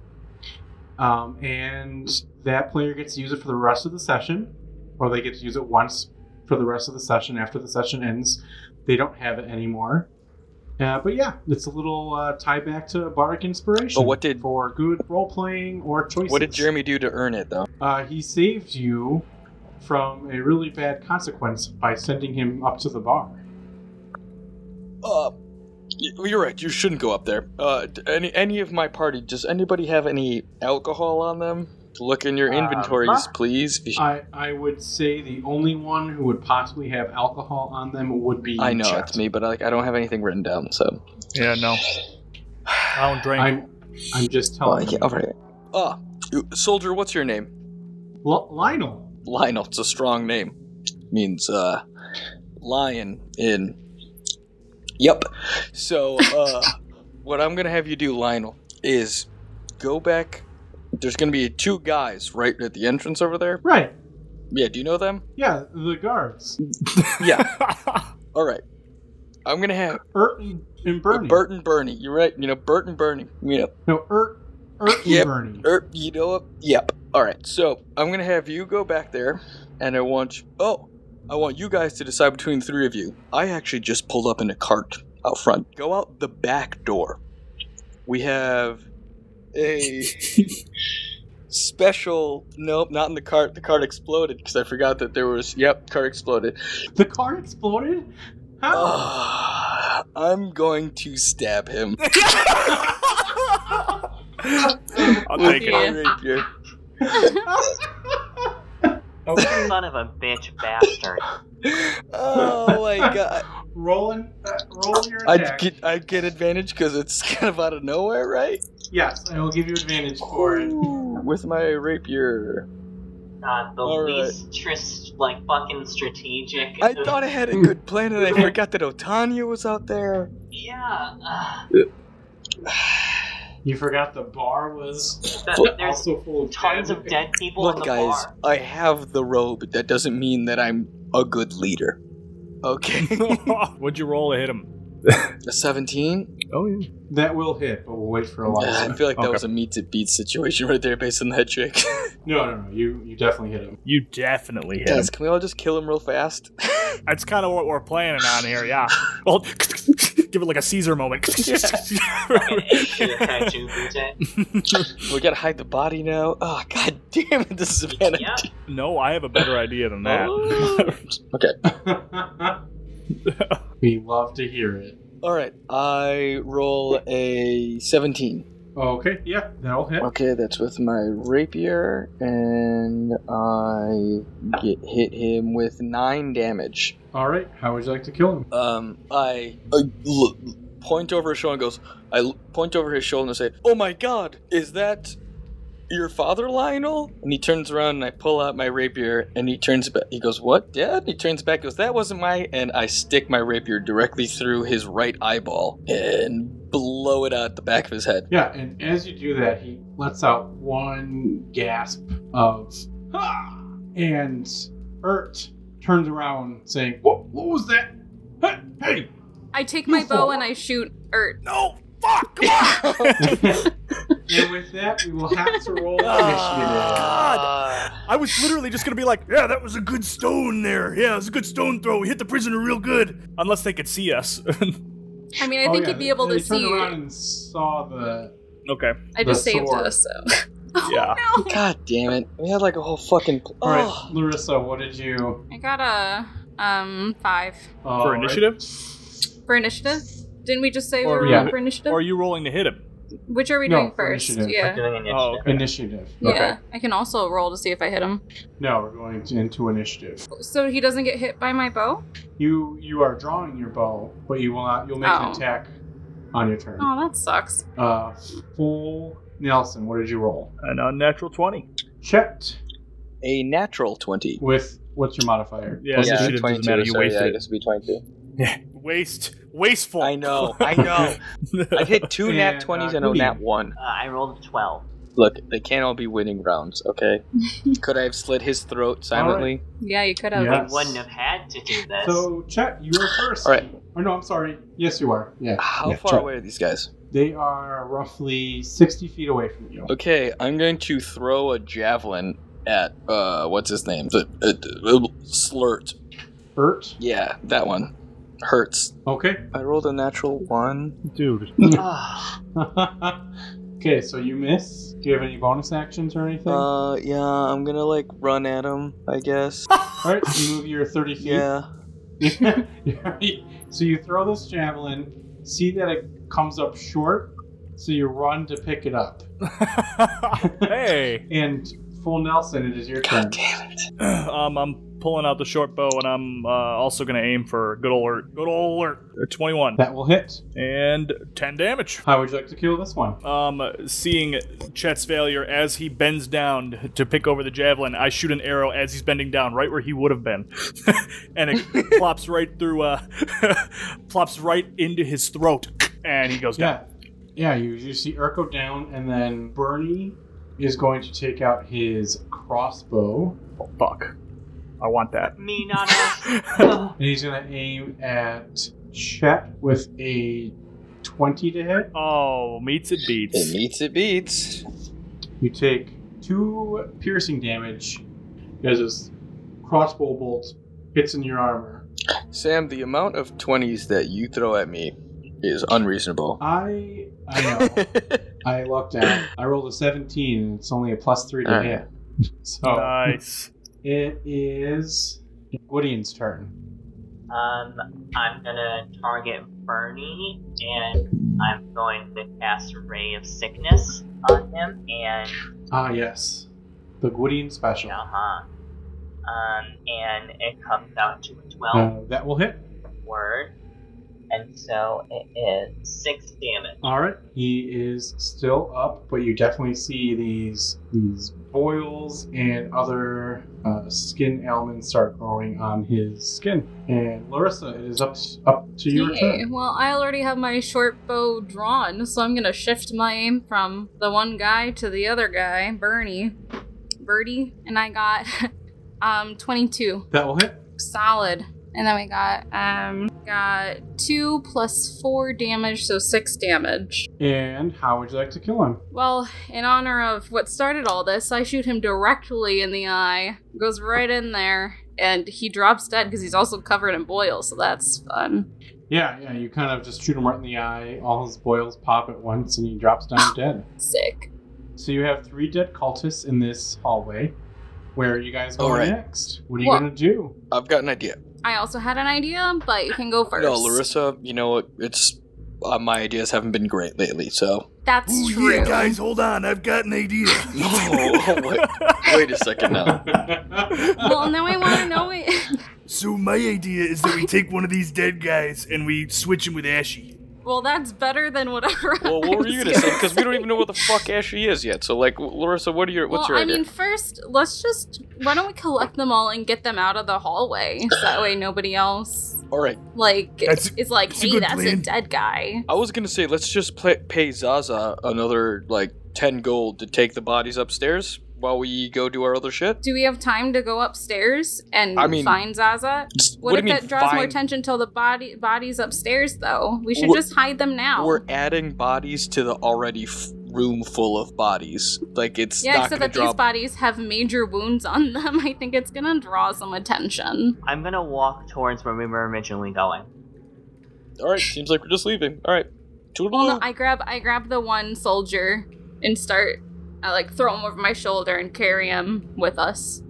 um, and that player gets to use it for the rest of the session, or they get to use it once for the rest of the session. After the session ends, they don't have it anymore. Uh, but yeah, it's a little uh, tie back to bardic inspiration.
But what did-
for good role playing or choices?
What did Jeremy do to earn it, though?
Uh, he saved you from a really bad consequence by sending him up to the bar.
Uh, y- you're right. You shouldn't go up there. Uh, d- any any of my party? Does anybody have any alcohol on them? Look in your
Uh,
inventories,
huh?
please. If you-
I, I would say the only one who would possibly have alcohol on them would be.
I know
Chet.
it's me, but like I don't have anything written down. So,
Yeah, no. I don't drink.
I'm, I'm just
oh,
telling you.
all right. Ah, you- soldier, what's your name?
L- Lionel.
Lionel. It's a strong name. Means uh, lion in. Yep. So, uh, what I'm gonna have you do, Lionel, is go back. There's gonna be two guys right at the entrance over there.
Right.
Yeah, do you know them?
Yeah, the guards.
Yeah. All right. I'm gonna have
Erton and Bernie.
Bert and Bernie. You're right. You know Bert and Bernie. You know,
no, Ert, Ert and
Yep.
Bernie.
er, you know what? Yep. All right. So I'm gonna have you go back there, and I want you, oh, I want you guys to decide between the three of you. I actually just pulled up in a cart out front. Go out the back door. We have a special. Nope, not in the cart. The cart exploded because I forgot that there was. Yep, cart exploded.
The car exploded? How?
Ah, I'm going to stab him.
I'll
With
take it.
my
Yeah.
rapier.
okay.
Son of a bitch bastard.
Oh my god!
Rolling, uh, roll your
I
attack.
get I get advantage because it's kind of out of nowhere, right?
Yes, I will give you advantage for it.
Ooh, With my rapier.
God, the
All right.
least tris- like fucking strategic.
I thought I had a good plan and I forgot that Otanya was out there.
Yeah. Uh,
You forgot the bar was
that, there's
also full of
tons of dead people in
Look,
the
guys,
bar.
I have the robe. That doesn't mean that I'm a good leader. Okay.
What'd you roll to hit him?
a 17?
Oh yeah.
That will hit, but we'll wait for a
Yeah, I
while.
feel like that
Okay.
was a meet to beat situation right there based on that trick.
No, no, no. You you definitely hit him.
You definitely hit
Guys,
him.
can we all just kill him real fast?
That's kind of what we're planning on here. Yeah. Well, give it like a Caesar moment.
Fucking Asian tattoo bootay.
we gotta hide the body now. Oh god damn it, this is a panic.
Yeah.
no, I have a better idea than that.
we love to hear it.
Alright, I roll a 17.
Okay, yeah, that'll hit.
Okay, that's with my rapier, and I get hit him with nine damage.
All right, how would you like to kill him?
Um, I uh, l- point over his shoulder and goes. I l- point over his shoulder and say, "Oh my God, is that your father, Lionel?" And he turns around and I pull out my rapier, and he turns back. He goes, "What, Dad?" He turns back, goes, "That wasn't my." And I stick my rapier directly through his right eyeball and blow it out the back of his head.
Yeah, and as you do that, he lets out one gasp of "Ha!" and Ert turns around, saying, "What? What was that? Hey, hey!"
I take my
You
bow
fool.
and I shoot Ert.
No, fuck! Come on!
and with that, we will have to roll
Ah.
initiative.
God. I was literally just gonna be like, yeah, that was a good stone there. Yeah, it was a good stone throw. We hit the prisoner real good. Unless they could see us.
I mean, I
Oh,
think
yeah,
he'd be able
they-
to
they turned
see.
around and saw the.
okay.
I just
the
saved
sword.
us, so. oh,
Yeah.
no.
God damn it! We had like a whole fucking. Pl-
All right,
oh.
Larissa, what did you?
I got a um five
All right.
initiative?
for initiative. Didn't we just say
Or-
we were
yeah.
on for initiative?
Or are you rolling to hit him?
Which are we
No,
doing
for
first?
initiative.
We're
Yeah.
doing initiative.
Oh, okay.
Initiative.
Yeah. I can also roll to see if I hit him.
No, we're going to, into initiative.
So he doesn't get hit by my bow?
You you are drawing your bow, but you will not. You'll make
Oh.
an attack on your turn.
Oh, that sucks.
Uh, full Nelson. What did you roll?
An unnatural 20.
Checked
a natural 20.
with what's your modifier?
Yeah,
Yeah,
initiative doesn't
22,
matter. You
sorry, yeah,
wasted
this would be 22.
it. Waste. Wasteful.
I know, I know. I've hit two nat
And,
20s
uh,
and a
Queen.
nat 1.
Uh, I rolled a 12.
Look, they can't all be winning rounds, okay? Could I have slit his throat silently?
Yeah, you could have.
Yeah.
We wouldn't have had to do this.
So Chet, you are first.
All right.
Oh no, I'm sorry. Yes, you are. Yeah.
How
Yeah,
far
Chet.
away are these guys?
They are roughly sixty feet away from you.
Okay, I'm going to throw a javelin at, uh, what's his name? The, uh, uh, Slurt.
hurt.
Yeah, that one hurts.
Okay.
I rolled a natural one.
Dude.
Ah,
okay, so you miss. Do you have any bonus actions or anything? All
Uh, yeah, I'm gonna like run at him, I guess.
right, so you move your 30 feet.
yeah.
so you throw this javelin, see that it comes up short, so you run to pick it up.
hey.
And full Nelson, it is your turn.
God damn it.
um, I'm pulling out the short bow, and I'm uh, also gonna aim for good old alert. Good old alert. Twenty-one
That will hit.
and ten damage.
How would you like to kill this one?
Um, seeing Chet's failure as he bends down to pick over the javelin, I shoot an arrow as he's bending down, right where he would have been, and it plops right through. Uh, plops right into his throat, and he goes down.
Yeah. Yeah, you, you see Urko down, and then Bernie is going to take out his crossbow,
Oh, fuck. I want that.
me not us. Ugh.
and he's going to aim at Chet with a 20 to hit.
Oh, meets it beats.
It meets it beats.
You take two piercing damage as this crossbow bolt hits in your armor.
Sam, the amount of 20s that you throw at me is unreasonable.
I I know. I lucked out. I rolled a 17 and it's only a plus 3 to
Alright.
hit. So
Uh, Nice.
it is Gwydion's turn.
Um, I'm gonna target Bernie, and I'm going to cast Ray of Sickness on him, and
Ah, yes. The Gwydion special.
uh huh, um, and it comes out to a twelve
Uh, that will hit.
word, and so it is six damage.
All right. He is still up, but you definitely see these these boils and other uh, skin ailments start growing on his skin. And Larissa, it is up up to your
Okay,
turn.
well, I already have my short bow drawn, so I'm gonna shift my aim from the one guy to the other guy, Bernie, Birdie, and I got um 22,
That will hit.
solid. And then we got um got two plus four damage, so six damage.
And how would you like to kill him?
Well, in honor of what started all this, I shoot him directly in the eye, goes right in there, and he drops dead because he's also covered in boils, so that's fun.
Yeah, yeah, you kind of just shoot him right in the eye. All his boils pop at once, and he drops down dead.
Sick.
So you have three dead cultists in this hallway. Where are you guys going
Alright.
next? What are you
What?
gonna do?
I've got an idea.
I also had an idea, but you can go first.
No, Larissa, you know what? It's uh, my ideas haven't been great lately, so.
That's
Ooh,
true.
yeah, guys, hold on. I've got an idea.
Oh, wait, wait a second now.
Well, and then we want to know it.
So my idea is that we take one of these dead guys and we switch him with Ashy.
well, that's better than whatever.
Well,
I
what were you
was
gonna say? Because we don't even know what the fuck Ashley is yet. So, like, Larissa, what are your what's
well,
your
I
idea?
mean, first, let's just why don't we collect them all and get them out of the hallway? So that way, nobody else
All right,
like
That's-
is like,
that's a
"Hey,
good
that's a
plan."
dead guy."
I was gonna say let's just play, pay Zaza another like ten gold to take the bodies upstairs while we go do our other shit.
Do we have time to go upstairs and
I mean-
find Zaza?
Just-
What,
do
if
you
that
mean,
draws more
find-
attention till the body bodies upstairs? Though we should
We're-
just hide them now.
We're adding bodies to the already f- room full of bodies. Like it's
yeah,
not
except
gonna
that
draw.
these bodies have major wounds on them. I think it's gonna draw some attention.
I'm gonna walk towards where we were originally going.
All right, seems like we're just leaving. All right, toodaloo.
Well, no, I grab I grab the one soldier and start. I like throw him over my shoulder and carry him with us.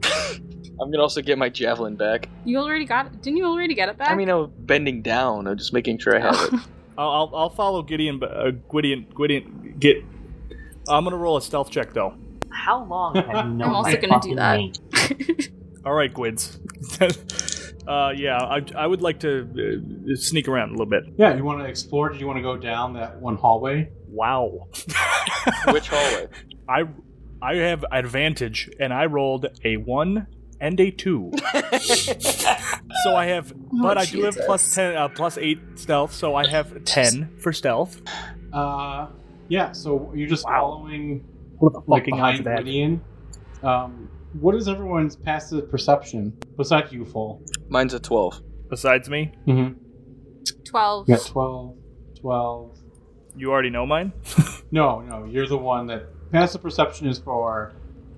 I'm gonna also get my javelin back.
You already got it. Didn't you already get it back?
I mean, I'm bending down. I'm just making sure I have it.
I'll, I'll, I'll follow Gideon. but, Uh, Gideon. Gideon. Get. I'm gonna roll a stealth check though.
How long have you known
I'm also
my
gonna do
fucking
that.
name?
All right, Gwids. uh, yeah, I, I would like to uh, sneak around a little bit.
yeah, you want to explore? Do you want to go down that one hallway?
Wow.
Which hallway?
I I have advantage, and I rolled a one and a two. so I have, but I do have plus
Oh, Jesus.
ten, uh, plus eight stealth. So I have ten for stealth.
Uh, yeah. So you're just
Wow.
following
What the
like behind Gideon. Um, what is everyone's passive perception besides you, Full?
Mine's a twelve.
Besides me,
Mm-hmm.
twelve.
You got 12, 12.
you already know mine.
No, no, you're the one that passive perception is for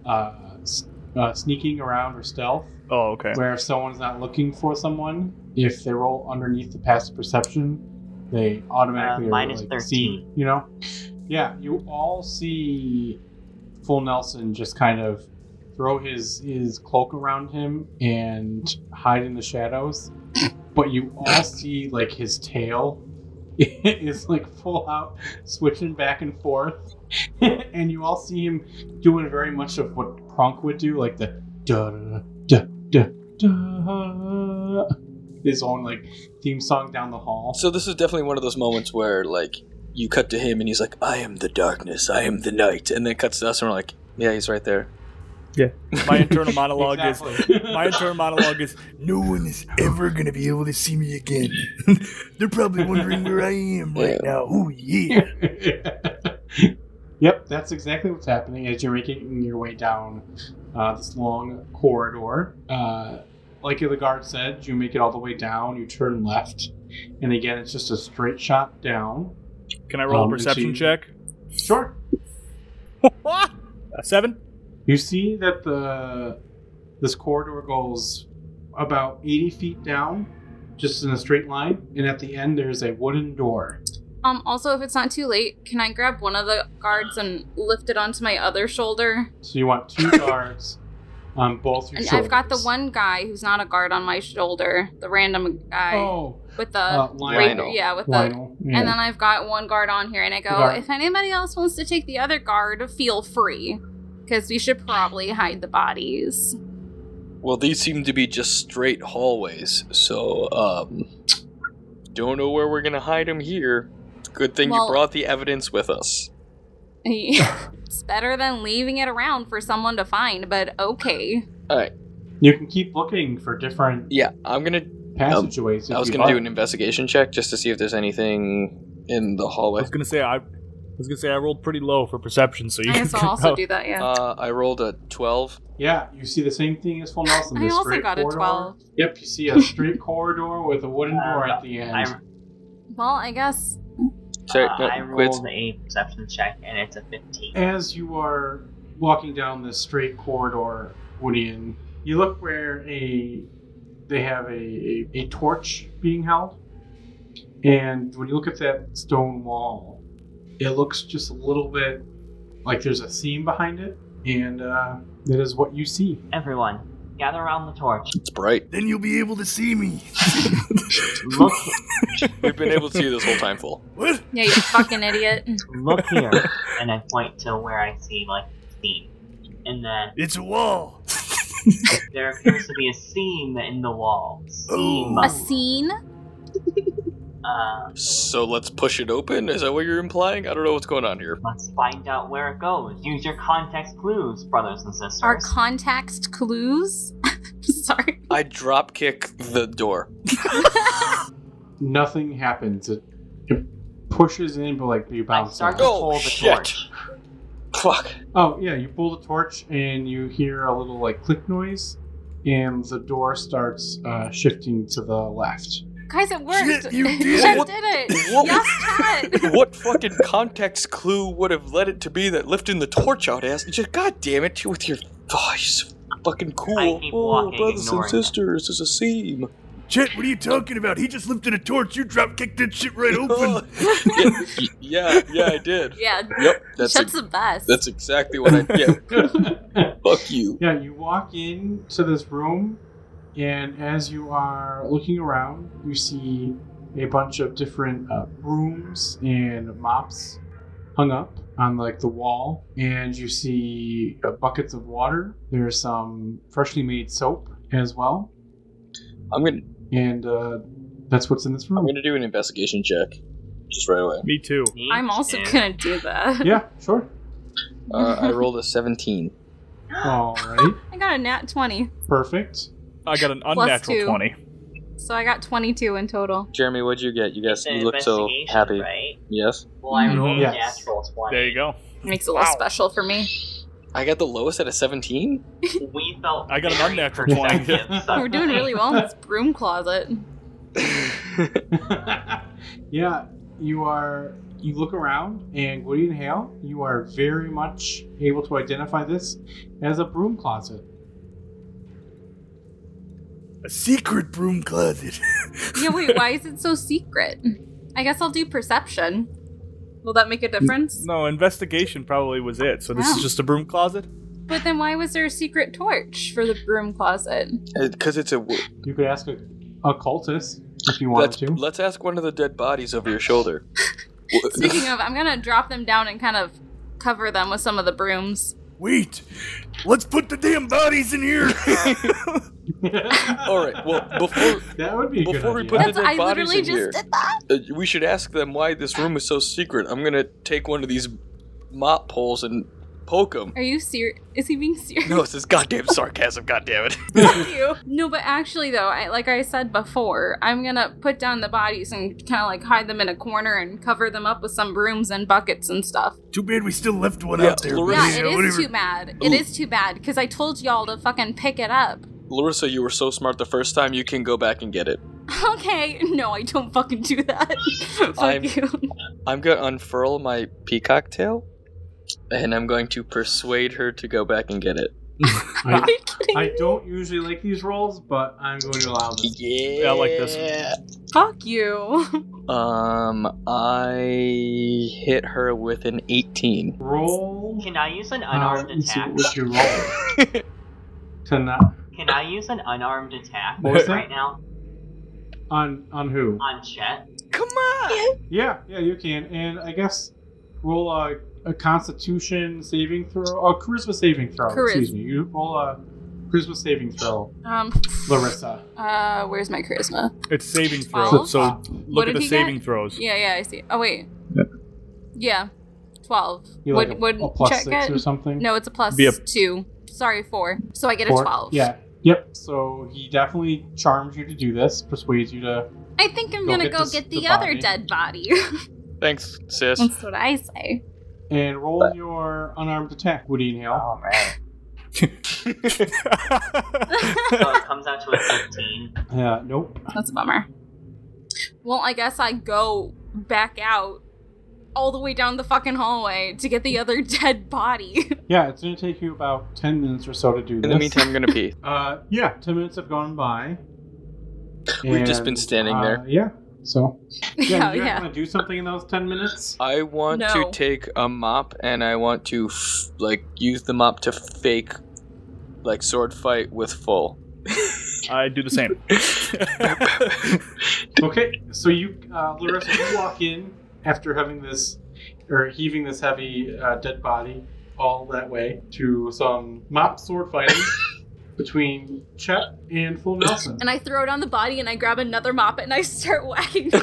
uh, s- uh, sneaking around or stealth,
Oh, okay.
where if someone's not looking for someone, if they roll underneath the passive perception, they automatically
Uh,
are,
minus
like, seen,
13.
you know, yeah, you all see Full Nelson just kind of throw his his cloak around him and hide in the shadows, but you all see like his tail is like full out switching back and forth, and you all see him doing very much of what Kronk would do, like the da da da da. His own like theme song down the hall.
So this is definitely one of those moments where like you cut to him and he's like, "I am the darkness. I am the night," and then it cuts to us and we're like, "Yeah, he's right there."
My internal monologue
Exactly.
is my internal monologue is
No one is ever gonna be able to see me again. They're probably wondering where I am right
Yeah.
now. Oh yeah.
yep, that's exactly what's happening as you're making your way down uh, this long corridor. Uh, like the guard said, you make it all the way down, you turn left, and again, it's just a straight shot down.
Can I roll
Um,
a perception
she-
check?
Sure.
What? A seven?
You see that the this corridor goes about 80 feet down, just in a straight line, and at the end, there's a wooden door.
Um, also, if it's not too late, can I grab one of the guards and lift it onto my other shoulder?
So you want two guards on both your
And
shoulders.
I've got the one guy who's not a guard on my shoulder, the random guy
Oh,
with the
uh,
rapier-
Lionel.
yeah, with the.
Lionel. yeah.
And uh, then I've got one guard on here, and I go,
guard.
if anybody else wants to take the other guard, feel free, because we should probably hide the bodies.
Well, these seem to be just straight hallways, so um, don't know where we're gonna hide him here. Good thing
Well-
you brought the evidence with us.
it's better than leaving it around for someone to find, but okay.
You can keep looking for different
Yeah, I'm gonna.
passageways. if
I was
you'd
gonna do
like.
an investigation check just to see if there's anything in the
I
hallway.
was gonna say I, I was gonna say I rolled pretty low for perception, so you
I
can
guess I'll also do that, yeah.
Uh, I rolled a twelve.
Yeah, you see the same thing as Full Nelson.
I
the
also
straight
got a
corridor.
12.
Yep, you see a straight corridor with a wooden door at the end.
I,
Well, I guess
Sorry,
uh,
no,
I
wait.
rolled a perception check and it's a 15.
As you are walking down this straight corridor, Woodian, you look where a they have a, a, a torch being held. And when you look at that stone wall, it looks just a little bit like there's a seam behind it. And uh, that is what you see.
Everyone, gather around the torch.
It's bright.
Then you'll be able to see me.
Look,
We've been able to see you this whole time, full.
what?
Yeah, you fucking idiot.
look here, and I point to where I see like seam, and then
It's a wall.
there appears to be a seam in the wall. Seam.
Oh.
A scene?
Uh,
So let's push it open. Is that what you're implying? I don't know what's going on here.
let's find out where it goes. Use your context clues, brothers and sisters.
Are context clues? Sorry.
I drop kick the door.
nothing happens. It, it pushes in, but like you
I
bounce.
start to
out.
Oh,
pull the
shit.
torch.
Fuck.
Oh yeah, you pull the torch and you hear a little like click noise, and the door starts uh, shifting to the left.
Guys, it worked.
Shit, you did
Jeff
it.
did it.
What-
Yes, Chad.
what fucking context clue would have led it to be that lifting the torch out ass? Just god damn it, with your voice, fucking cool.
keep
Oh,
walking,
brothers and
ignoring them.
sisters, there's a seam.
Chet, what are you talking about? He just lifted a torch. You drop kicked that shit right
Oh,
open.
yeah, yeah, yeah, I did.
Yeah,
Yep, that's
Chet's
ex-
the best.
that's exactly what I did. Fuck you.
yeah, you walk into this room, and as you are looking around, you see a bunch of different uh, brooms and mops hung up on like the wall, and you see uh, buckets of water. There's some freshly made soap as well,
I'm gonna
and uh, that's what's in this
I'm
room.
gonna do an investigation check, just right away.
Me too.
Me
I'm also
too.
gonna do that.
Yeah, sure.
Uh, I rolled a 17.
All right,
I got a nat 20,
perfect.
I got an
Plus
unnatural
two.
twenty.
so I got 22 in total.
Jeremy, what'd you get? You guys,
The
you look so
investigation,
happy.
Right?
Yes.
Well, I
Mhm.
rolled a
Yes.
natural 20.
Mm-hmm. There you go.
Makes it a little
Wow.
special for me.
I got the lowest at a 17.
We felt.
I got an
very
unnatural
productive,
20.
so-
We're doing really well in this broom closet.
Uh,
yeah, you are. You look around, and Woody and Hale, you are very much able to identify this as a broom closet.
A secret broom closet.
Yeah, wait, why is it so secret? I guess I'll do perception. Will that make a difference?
Mm, No, investigation probably was it. So this
Wow.
is just a broom closet.
But then why was there a secret torch for the broom closet?
Because it's a. W-
You could ask a, a cultist if you wanted
let's,
to.
let's ask one of the dead bodies over your shoulder. Wha-
Speaking of, I'm gonna drop them down and kind of cover them with some of the brooms.
Wait, let's put the damn bodies in here.
All right. Well, before
that would be a
before we
good
put
idea.
the
That's,
dead
I
bodies
literally
in
just
here,
did that.
uh, we should ask them why this room is so secret. I'm gonna take one of these mop poles and poke them.
Are you serious? Is he being serious?
No, it's this goddamn sarcasm. Goddamn it.
Thank you. No, but actually, though, I, like I said before, I'm gonna put down the bodies and kind of like hide them in a corner and cover them up with some brooms and buckets and stuff.
Too bad we still left one
Yeah,
out there.
Lorraine-
but,
Yeah,
Yeah,
it is
whatever.
too bad. It
Ooh.
is too bad because I told y'all to fucking pick it up.
Larissa, you were so smart the first time. You can go back and get it.
Okay, no, I don't fucking do that. Fuck
I'm-
you.
I'm gonna unfurl my peacock tail, and I'm going to persuade her to go back and get it.
Are
I,
you kidding?
I don't usually like these rolls, but I'm going to allow this.
Yeah,
I like this.
Fuck you.
Um, I hit her with an 18.
Roll.
Can I use an
uh,
unarmed
let's see,
attack?
what would you roll? to not
Can I use an unarmed attack
What was that?
right now
on on who?
on Chet?
Come on!
Yeah, yeah, you can. And I guess roll a, a Constitution saving throw, or charisma saving throw. Excuse
Charisma.
me. You roll a charisma saving throw,
Um,
Larissa.
uh, where's my charisma?
It's saving
Twelve?
throws. So
What
look at
did
the
he get?
saving throws.
Yeah, yeah, I see. Oh wait. Yeah, twelve.
You
would
like a,
would
a plus
check
six
it?
or something.
No, it's a plus
Be a-
two. Sorry, four. So I get
Four?
a twelve.
Yeah. Yep. So he definitely charms you to do this, persuades you to.
I think I'm
Go
gonna
get
go
this-
get the,
the
other
body.
dead body.
Thanks, sis.
That's what I say.
And roll your unarmed attack. Woody and Hale.
Alright. So it
I
comes out to a 15.
Yeah. Uh, Nope.
That's a bummer. Well, I guess I go back out all the way down the fucking hallway to get the other dead body.
Yeah, it's gonna take you about ten minutes or so to do this.
In the meantime, I'm gonna pee.
uh, yeah, ten minutes have gone by.
We've just been standing
uh,
there.
Yeah. So.
yeah,
you guys
yeah.
want to do something in those ten minutes?
I want
No.
to take a mop and I want to, f- like, use the mop to fake, like, sword fight with full.
do the same.
Okay, so you, uh, Larissa, you walk in after having this, or heaving this heavy uh, dead body all that way to some mop sword fighting between Chet and Full Nelson.
And I throw down the body and I grab another mop and I start whacking. I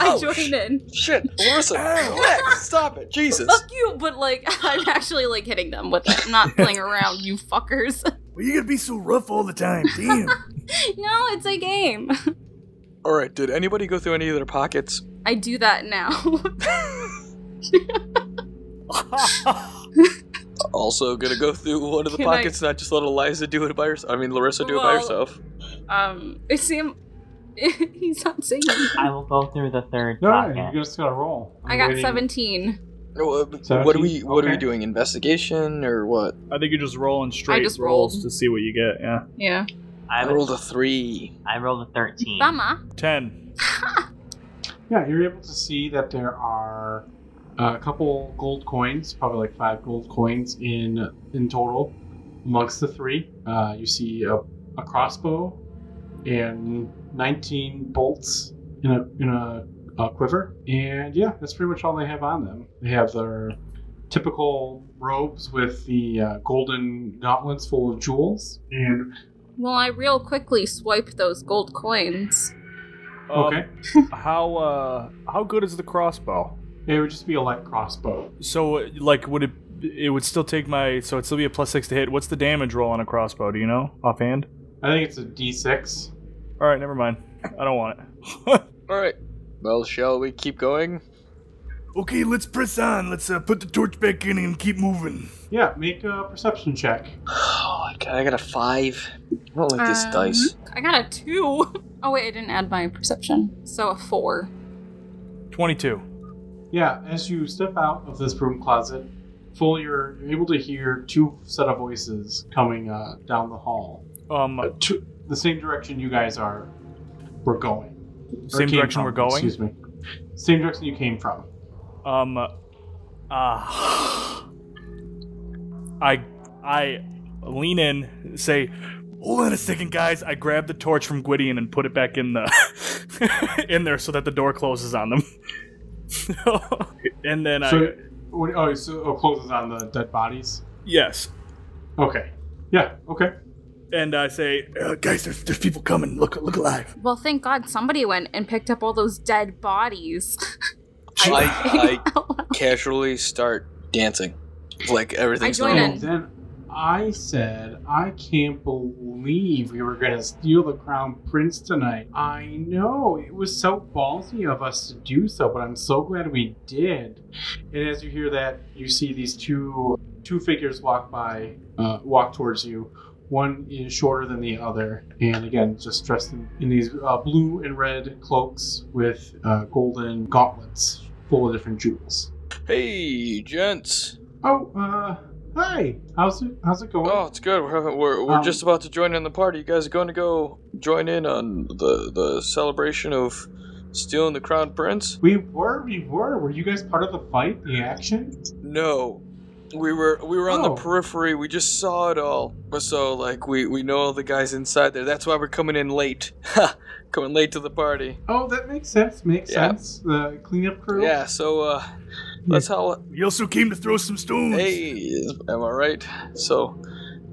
Ouch.
join in.
Shit, Larissa, relax, stop it, Jesus.
Fuck you, but like I'm actually like hitting them with it. I'm not playing around, you fuckers.
well, you gotta be so rough all the time. Damn.
no, it's a game.
All right, did anybody go through any of their pockets?
I do that now.
Also, gonna go through one of the
Can I-
pockets, not just let Eliza do it by herself. I mean, Larissa do it by
Well-
herself.
Um, I see him. He's not singing.
I will go through the third
No,
pocket.
no, you just gotta roll. I'm
I got
waiting.
17.
No, uh,
Seventeen?
What are we? What are we
Okay.
doing? Investigation or what?
I think you're just rolling straight
just
rolls
rolled.
to see what you get. Yeah,
Yeah.
I,
I
was-
rolled a three.
I rolled a 13.
Bummer.
ten.
Yeah, you're able to see that there are uh, a couple gold coins, probably like five gold coins in in total amongst the three. Uh, you see a, a crossbow and 19 bolts in a in a, a quiver, and yeah, that's pretty much all they have on them. They have their typical robes with the uh, golden gauntlets full of jewels, and
Well, I real quickly swipe those gold coins.
Um,
okay,
How uh how good is the crossbow?
it would just be a light crossbow.
So uh, like would it it would still take my so it'd still be a plus six to hit. What's the damage roll on a crossbow? Do you know offhand?
I think it's a D6.
All right, never mind. I don't want it.
All right. Well, shall we keep going?
okay, let's press on. Let's uh, put the torch back in and keep moving.
Yeah, make a perception check.
Oh, God, I got a five. I don't like this
Um,
dice.
I got a two. Oh wait, I didn't add my perception. So a four.
Twenty-two.
Yeah, as you step out of this broom closet, full you're, you're able to hear two set of voices coming uh, down the hall.
Um,
Uh, two, the same direction you guys are. We're going. Or
Same
came
direction
from,
we're going.
Oh, Excuse me. Same direction you came from.
Um. Ah. I I lean in, say, "Hold on a second, guys." I grab the torch from Gwydion and put it back in the in there so that the door closes on them. and then I
So, what, oh, so oh, closes on the dead bodies.
yes,
Okay. Yeah. Okay.
and I say,
Uh, guys, there's, there's people coming. Look, look alive.
Well, thank God somebody went and picked up all those dead bodies.
I, I casually start dancing. Like
I
everything's
join
normal.
in.
And then I said, I can't believe we were going to steal the crown prince tonight. I know. It was so ballsy of us to do so, but I'm so glad we did. And as you hear that, you see these two two figures walk by, uh, walk towards you. One is shorter than the other, and again, just dressed in, in these uh, blue and red cloaks with uh, golden gauntlets full of different jewels.
Hey, gents.
Oh, uh, hi. How's it? How's it going?
Oh, it's good. We're, we're, we're
Um,
just about to join in the party. You guys are going to go join in on the, the celebration of stealing the crown prince?
We were, we were. Were you guys part of the fight, the action?
No. We were we were on the
Oh.
periphery. We just saw it all. So like we we know all the guys inside there. That's why we're coming in late. Ha! coming late to the party.
Oh, that makes sense. Makes
Yeah.
sense. The cleanup crew.
Yeah. So uh, that's how
We also came to throw some
Hmm.
stones.
Hey, is- am I right? So,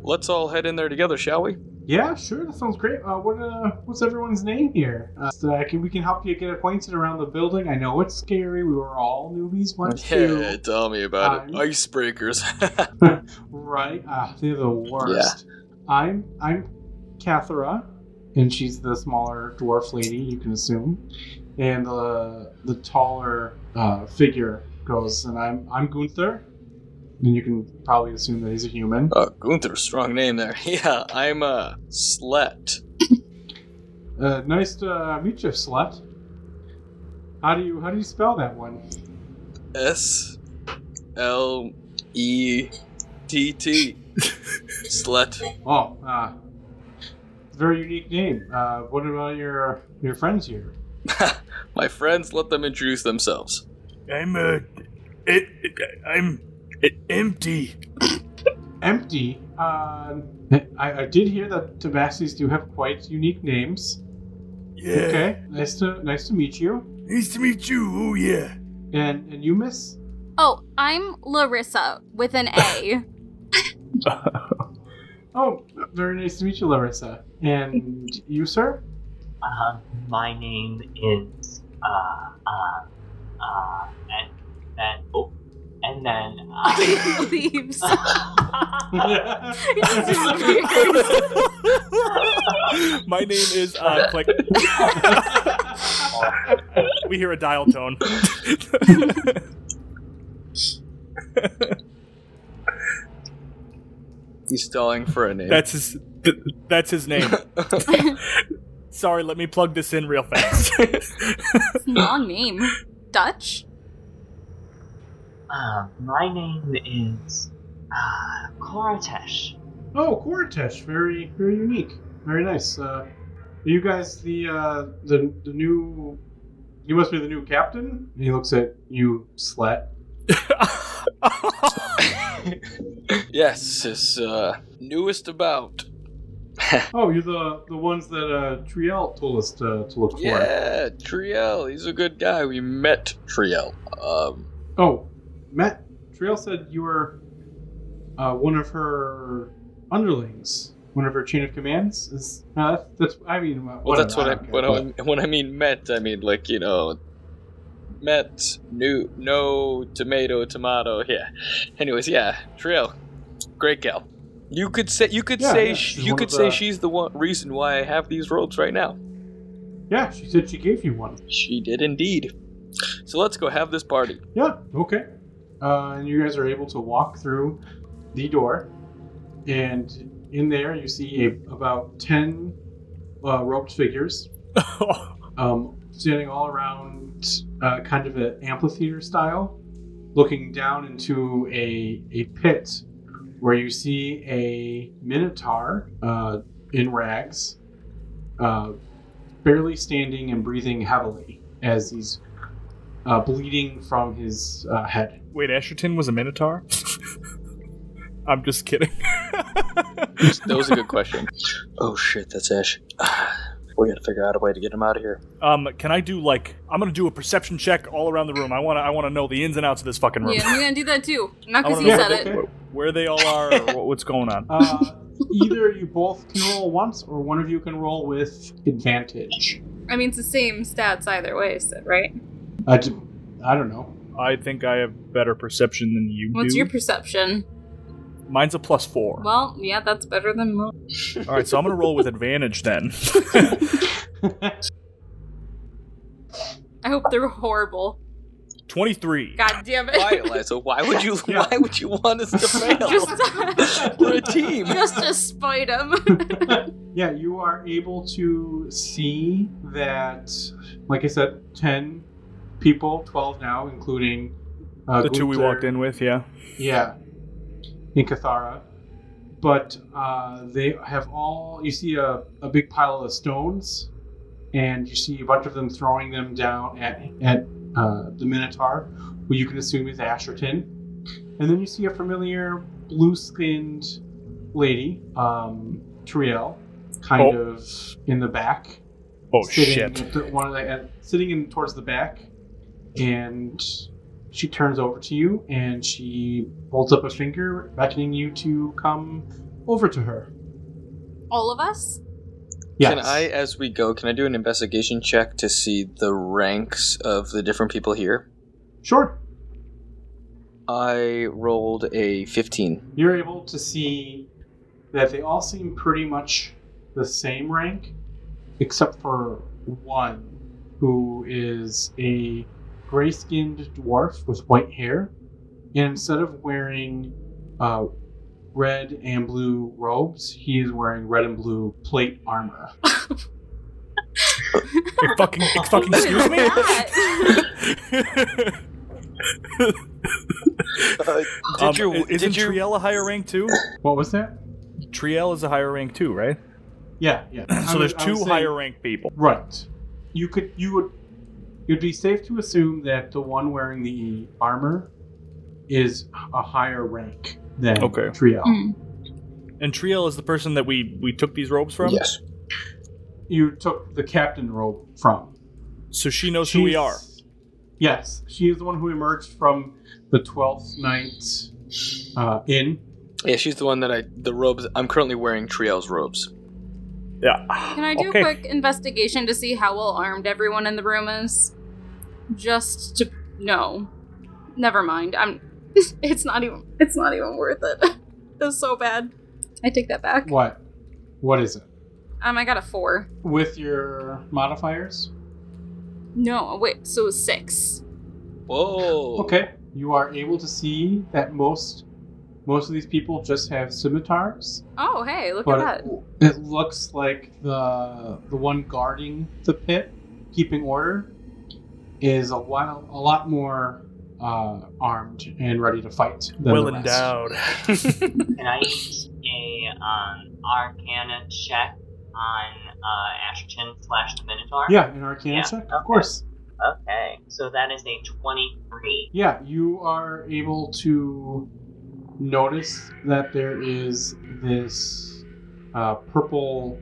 let's all head in there together, shall we?
Yeah, sure. That sounds great. Uh, what, uh, what's everyone's name here? Uh, so I can, we can help you get acquainted around the building. I know it's scary. We were all newbies once
Yeah,
too.
tell me about it.
Fine.
Icebreakers.
Right? Ah, they're the worst. I'm, I'm, Cathera, and she's the smaller dwarf lady. You can assume, and the the taller uh, figure goes, and I'm, I'm Gunther. And you can probably assume that he's a human.
oh, Gunther, strong name there. Yeah, I'm uh, a slut.
Uh, nice to uh, meet you, slut. How do you how do you spell that one?
S L E T T. Slut.
Oh, uh, very unique name. Uh, what about your your friends here?
My friends, let them introduce themselves.
I'm uh, it, it I'm it, empty.
Empty. Uh, I, I did hear that Tabaxis do have quite unique names.
Yeah.
Okay, nice to nice to meet you.
Nice to meet you. Oh yeah.
And and you miss?
oh, I'm Larissa with an A.
Oh, very nice to meet you, Larissa. And you, sir?
Uh, my name is uh uh uh and then oh and then uh, I
Leaves.
Oh,
"My name is uh, click." we hear a dial tone.
He's stalling for a name.
That's his. Th- that's his name. Sorry, let me plug this in real fast.
Long name. Dutch.
uh, my name is uh Koratesh.
Oh, Koratesh, very very unique, very nice. Uh, are you guys the uh, the the new? You must be the new captain. He looks at you, slut.
yes, it's uh, newest about.
Oh, you're the the ones that uh, Triel told us to, to look for.
Yeah, Triel. He's a good guy. We met Triel. Um,
Oh, Matt. Triel said you were uh, one of her underlings, one of her chain of commands. Is uh, that's I mean, well,
well, that's what I,
don't
when,
care,
I when I mean met, I mean like you know, met new no tomato tomato. Yeah. Anyways, yeah, Triel, great gal. You could say you could
Yeah,
say
yeah,
sh-
she's
you
one
could
of
say
the-
she's the one reason why I have these robes right now.
but- Yeah, she said she gave you one.
She did indeed. So let's go have this party.
Yeah, okay. Uh, and you guys are able to walk through the door. And in there, you see a, about 10 uh, roped figures um, standing all around, uh, kind of an amphitheater style, looking down into a, a pit where you see a minotaur uh, in rags uh, barely standing and breathing heavily as he's uh, bleeding from his uh, head.
Wait, Asherton was a Minotaur? I'm just kidding.
That was a good question. Oh shit, that's Ash. We gotta figure out a way to get him out of here.
um, can I do like I'm gonna do a perception check all around the room. I wanna I wanna know the ins and outs of this fucking room.
Yeah, I'm gonna do that too. Not
I
because
wanna
he
know
said
where they-
it.
where they all are, or what- what's going on.
Uh, either you both can roll once, or one of you can roll with advantage.
I mean, it's the same stats either way, so, right?
I, Uh, d- I don't know.
I think I have better perception than you
What's
do.
your perception?
Mine's a plus four.
Well, yeah, that's better than most.
all right, so I'm gonna roll with advantage then.
I hope they're horrible.
Twenty-three.
God damn it.
Why, Eliza? Why would you?
Yeah.
Why would you want us to fail?
just,
We're a team.
just to spite him.
yeah, you are able to see that, like I said, 10 people, 12 now, including uh,
the two we
Gunther,
walked in with, yeah.
Yeah, in Cathara. But uh, they have all, you see a, a big pile of stones, and you see a bunch of them throwing them down at, at uh, the Minotaur, who you can assume is Asherton. And then you see a familiar blue skinned lady, um, Triel, kind of in the back
Oh
sitting
shit.
at the- one of the, at, sitting in towards the back, and she turns over to you and she holds up a finger, beckoning you to come over to her.
All of us?
Yes.
Can I, as we go, can I do an investigation check to see the ranks of the different people here?
Sure.
I rolled a 15.
You're able to see that they all seem pretty much the same rank, except for one who is a gray skinned dwarf with white hair. And instead of wearing uh, red and blue robes, he is wearing red and blue plate armor.
Hey, fucking, fucking
Who is
excuse me.
that?
Uh, did
Um,
your,
i- isn't
did your,
Triel a higher rank too?
What was that?
Triel is a higher rank too, right?
Yeah, yeah. I
So
was-
there's
I was
two
saying-
higher rank people.
Right. You could you would you'd be safe to assume that the one wearing the armor is a higher rank than
Okay.
Triel.
Hmm.
And Triel is the person that we we took these robes from.
Yes.
You took the captain robe from.
Oh, So she knows who we
She's-
are.
Yes, she is the one who emerged from the twelfth night uh, inn.
Yeah, she's the one that I. The robes. I'm currently wearing Triel's robes.
Yeah.
Can I do
okay.
a quick investigation to see how well armed everyone in the room is? Just to no. Never mind. I'm it's not even it's not even worth it. That's so bad. I take that back.
What? What is it?
Um I got a four.
With your modifiers?
No, wait, so six.
Whoa.
Okay. You are able to see that most most of these people just have scimitars
Oh hey, look
but
at
it,
that.
it looks like the the one guarding the pit, keeping order, is a while a lot more uh, armed and ready to fight. Than
Well
the rest.
endowed.
Can I use a um, Arcana check on uh, Ashton slash the Minotaur?
Yeah, an arcana
Yeah,
check, of
okay.
course.
Okay, so that is a 23.
Yeah, you are able to notice that there is this uh, purple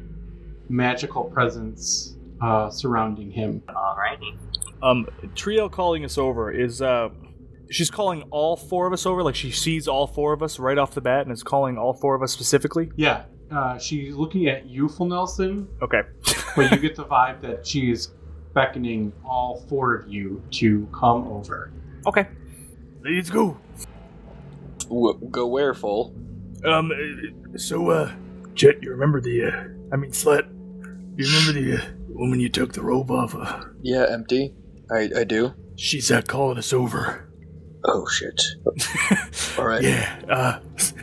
magical presence uh, surrounding him.
Alrighty.
Um, Triel calling us over is uh, she's calling all four of us over. Like she sees all four of us right off the bat and is calling all four of us specifically.
Yeah, uh, she's looking at you, Full Nelson,
Okay.
but you get the vibe that she's beckoning all four of you to come over.
Okay. Let's go.
W- go where, full?
Um,
So, uh, Jet, you remember the, uh, I mean, Slut, you remember the uh, woman you took the robe off of?
Yeah, empty. I, I do.
She's, uh, calling us over.
Oh shit. All right.
Yeah, uh,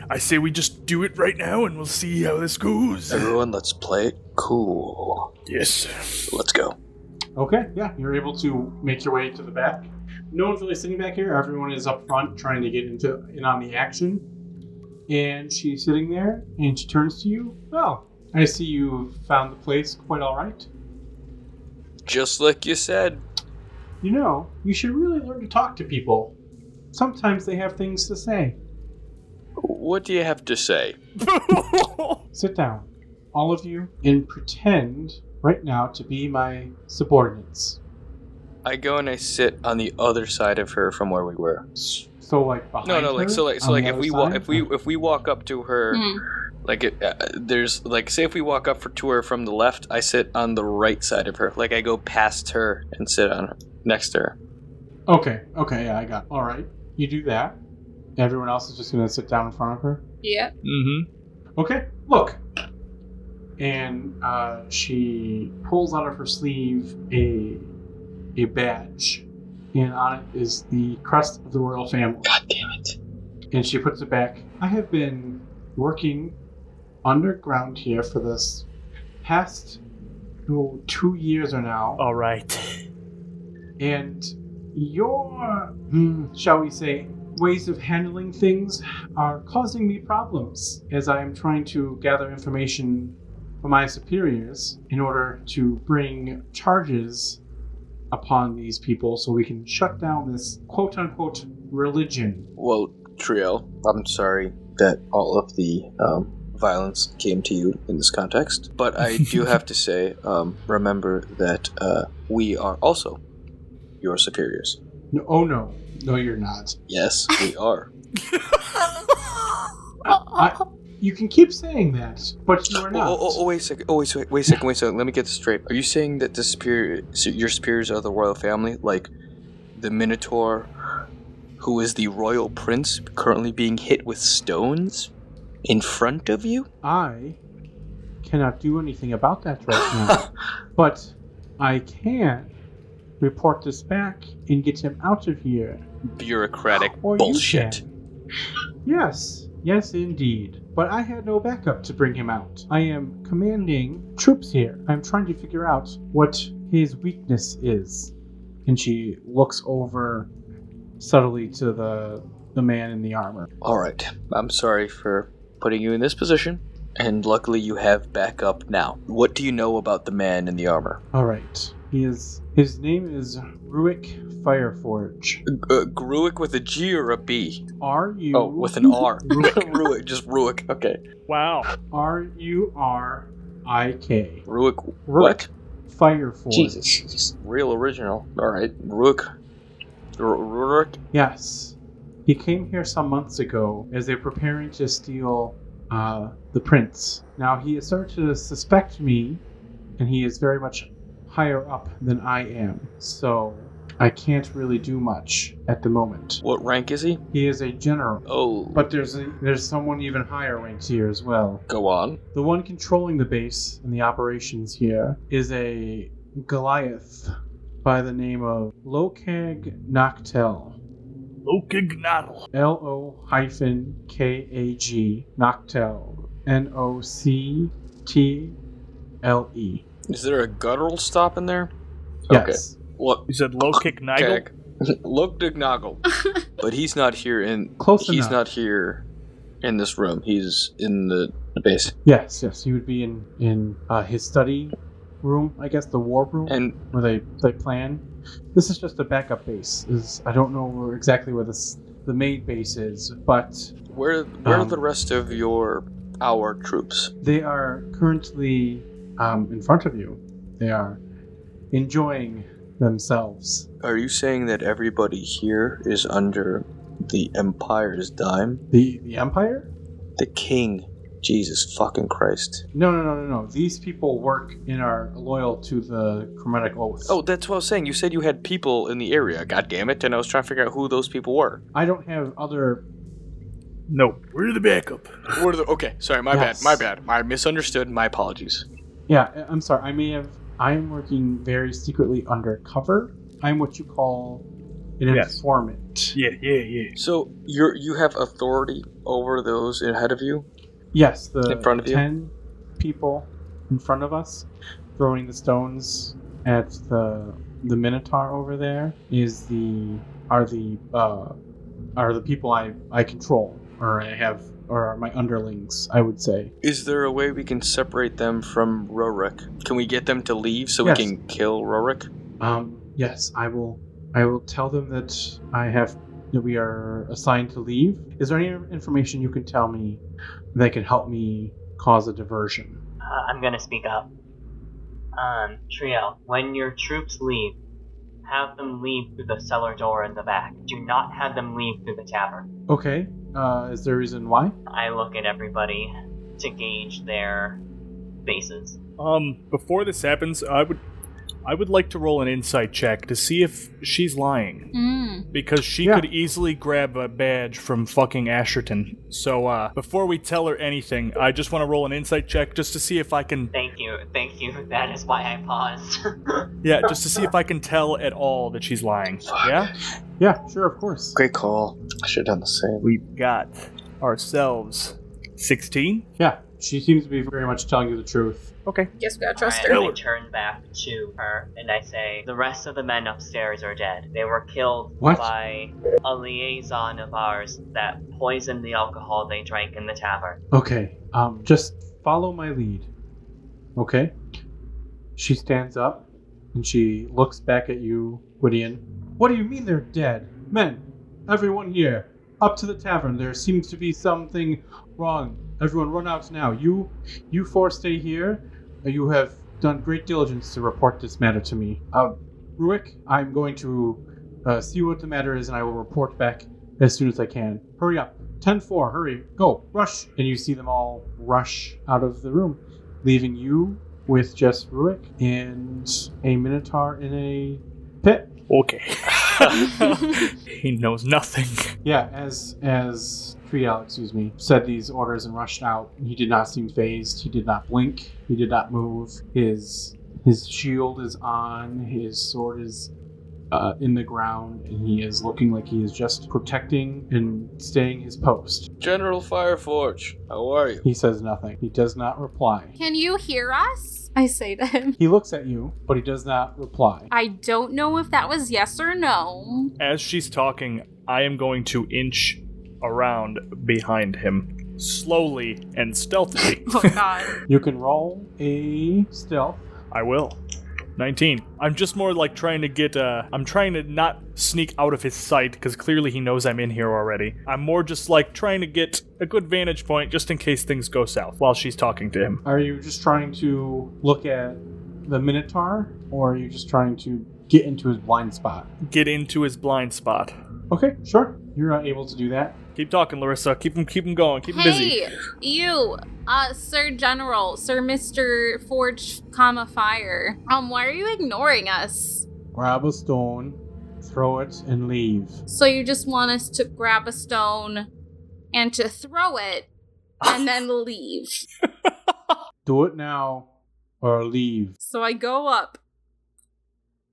I say we just do it right now and we'll see how this goes.
Everyone, let's play it cool.
Yes.
Let's go.
Okay, yeah, you're able to make your way to the back. No one's really sitting back here. Everyone is up front trying to get into in on the action. And she's sitting there, and she turns to you. Well, I see you found the place quite all right.
Just like you said.
You know, you should really learn to talk to people. Sometimes they have things to say.
What do you have to say?
Sit down, all of you, and pretend right now to be my subordinates.
I go and I sit on the other side of her from where we were.
So like behind
No, no, like
her,
so, like so,
on
like
the
if
other
we walk,
side?
if we if we walk up to her,
Hmm.
like it, uh, there's like say if we walk up for, to her from the left, I sit on the right side of her. Like I go past her and sit on her next to her.
Okay, okay, yeah, I got. All right, you do that. Everyone else is just gonna sit down in front of her.
Yeah.
Mm-hmm.
Okay, look. And uh, she pulls out of her sleeve a a badge, and on it is the crest of the royal family.
God damn it!
And she puts it back. I have been working underground here for this past oh, two years or now.
All right.
And your, mm, shall we say, ways of handling things are causing me problems as I am trying to gather information from my superiors in order to bring charges upon these people so we can shut down this quote unquote religion.
Well, Trio, I'm sorry that all of the um, violence came to you in this context, but I do have to say, um, remember that uh, we are also your superiors.
No, oh no, no, you're not.
Yes, we are.
I, you can keep saying that, but you are
Oh,
not.
oh, oh, oh, wait a second. Oh, wait, a sec- wait a second. Wait a second. Let me get this straight. Are you saying that the superior, so your superiors are the royal family, like the Minotaur, who is the royal prince, currently being hit with stones in front of you?
I cannot do anything about that right now. but I can report this back and get him out of here.
Bureaucratic
Or you
bullshit.
can. Yes, yes, indeed. But I had no backup to bring him out. I am commanding troops here. I'm trying to figure out what his weakness is. And she looks over subtly to the the man in the armor.
All right. I'm sorry for putting you in this position, and luckily you have backup now. What do you know about the man in the armor?
All right. He is. His name is Ruik Fireforge.
Uh, Gruick with a G or a B?
R U.
Oh, with an R. Ruick, just Ruick. Okay.
Wow.
R U R I K.
Ruick.
Ruik
What?
Fireforge.
Jesus. Real original. All right. Ruick. Ru- Ruick.
Yes. He came here some months ago as they were preparing to steal uh, the prince. Now he has started to suspect me, and he is very much higher up than I am. So I can't really do much at the moment.
What rank is he?
He is a general.
Oh.
But there's a, there's someone even higher ranked here as well.
Go on.
The one controlling the base and the operations here is a Goliath by the name of Lokag Noctel.
Lokignatl.
L O hyphen K A G Noctel. N O C T L E.
Is there a guttural stop in there?
Yes.
Okay. Look.
You said low kick Nigel.
Keg. Look, Dignoggle. but he's not here in
Close
he's
enough.
not here in this room. He's in the, the base.
Yes, yes. He would be in in uh, his study room, I guess, the war room.
And
where they they plan. This is just a backup base. Is I don't know where, exactly where this the main base is, but
where where are
Um,
the rest of your our troops?
they are currently um, in front of you. They are enjoying themselves.
Are you saying that everybody here is under the Empire's dime?
The the Empire?
The king. Jesus fucking Christ.
No, no, no, no, no. These people work and are loyal to the Chromatic Oath.
Oh, that's what I was saying. You said you had people in the area, god damn it, and I was trying to figure out who those people were.
I don't have other.
Nope.
We're the backup.
Were the okay, sorry, my
Yes.
bad, my bad. I misunderstood, my apologies.
Yeah, I- I'm sorry. I may have. I am working very secretly undercover. I'm what you call an
Yes.
informant.
Yeah, yeah, yeah.
So you're you have authority over those ahead of you?
Yes, the
In front of you?
ten people in front of us throwing the stones at the the Minotaur over there is the are the uh, are the people I I control or I have or my underlings, I would say.
Is there a way we can separate them from Rorik? Can we get them to leave so
Yes.
we can kill Rorik?
Um, yes, I will. I will tell them that I have that we are assigned to leave. Is there any information you can tell me that can help me cause a diversion?
Uh, I'm gonna speak up. Um, Trio, when your troops leave, have them leave through the cellar door in the back. Do not have them leave through the tavern.
Okay. Uh, is there a reason why?
I look at everybody to gauge their faces.
Um, before this happens, I would, I would like to roll an insight check to see if she's lying
Mm.
because she
Yeah.
could easily grab a badge from fucking Asherton. So, uh, before we tell her anything, I just want to roll an insight check just to see if I can,
Thank you, thank you. That is why I paused.
yeah, just to see if I can tell at all that she's lying. Yeah.
Yeah, sure, of course.
Great call. I should have done the same.
We've got ourselves sixteen.
Yeah, she seems to be very much telling you the truth.
Okay.
Guess we gotta
I,
trust her.
I turn back to her and I say, The rest of the men upstairs are dead. They were killed
What?
by a liaison of ours that poisoned the alcohol they drank in the tavern.
Okay. Um, just follow my lead. Okay. She stands up and she looks back at you, Whittian. What do you mean they're dead? Men, everyone here, up to the tavern. There seems to be something wrong. Everyone run out now. You you four stay here. You have done great diligence to report this matter to me. Uh, Ruick, I'm going to uh, see what the matter is and I will report back as soon as I can. Hurry up. 10 4, hurry, go, rush. And you see them all rush out of the room, leaving you with just Rurik and a Minotaur in a pit.
Okay. he knows nothing.
Yeah, as as Triel, excuse me, said these orders and rushed out. He did not seem phased. He did not blink. He did not move. His his shield is on. His sword is uh, in the ground, and he is looking like he is just protecting and staying his post.
General Fireforge, how are you?
He says nothing. He does not reply.
Can you hear us? I say to him.
He looks at you, but he does not reply.
I don't know if that was yes or no.
As she's talking, I am going to inch around behind him, slowly and stealthily.
Oh god.
You can roll a stealth.
I will. 19. I'm just more like trying to get, uh, I'm trying to not sneak out of his sight because clearly he knows I'm in here already. I'm more just like trying to get a good vantage point just in case things go south while she's talking to him.
Are you just trying to look at the Minotaur, or are you just trying to get into his blind spot?
Get into his blind spot.
Okay, sure. You're uh, able to do that.
Keep talking, Larissa. Keep him, keep him going. Keep him busy.
Hey, you, uh, Sir General, Sir Mister Forge, comma Fire. Um, why are you ignoring us?
Grab a stone, throw it, and leave.
So you just want us to grab a stone and to throw it and then leave.
Do it now, or leave.
So I go up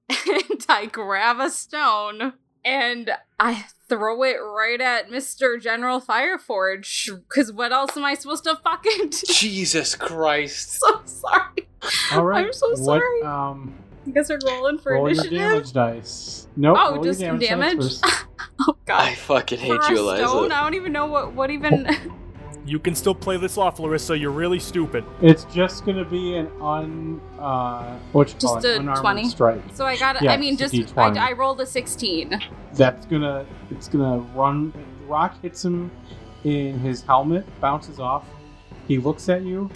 and I grab a stone and I throw it right at Mister General Fireforge. Cause what else am I supposed to fucking do?
Jesus Christ.
So sorry.
All right.
I'm so
what,
sorry.
Um,
You guys are rolling for
roll
initiative.
your damage dice. Nope.
Oh,
roll
just
your damage, Dice
damage?
first.
Oh
I
god.
fucking hate
For a
you,
stone,
Eliza.
I don't even know what what even.
You can still play this off, Larissa. You're really stupid.
it's just gonna be an un uh, what you call
Just
it,
a
unarmored
20?
strike.
so I got.
Yeah,
I mean,
it's a
just
D20.
I, I rolled a sixteen.
That's gonna it's gonna run rock hits him in his helmet, bounces off, he looks at you,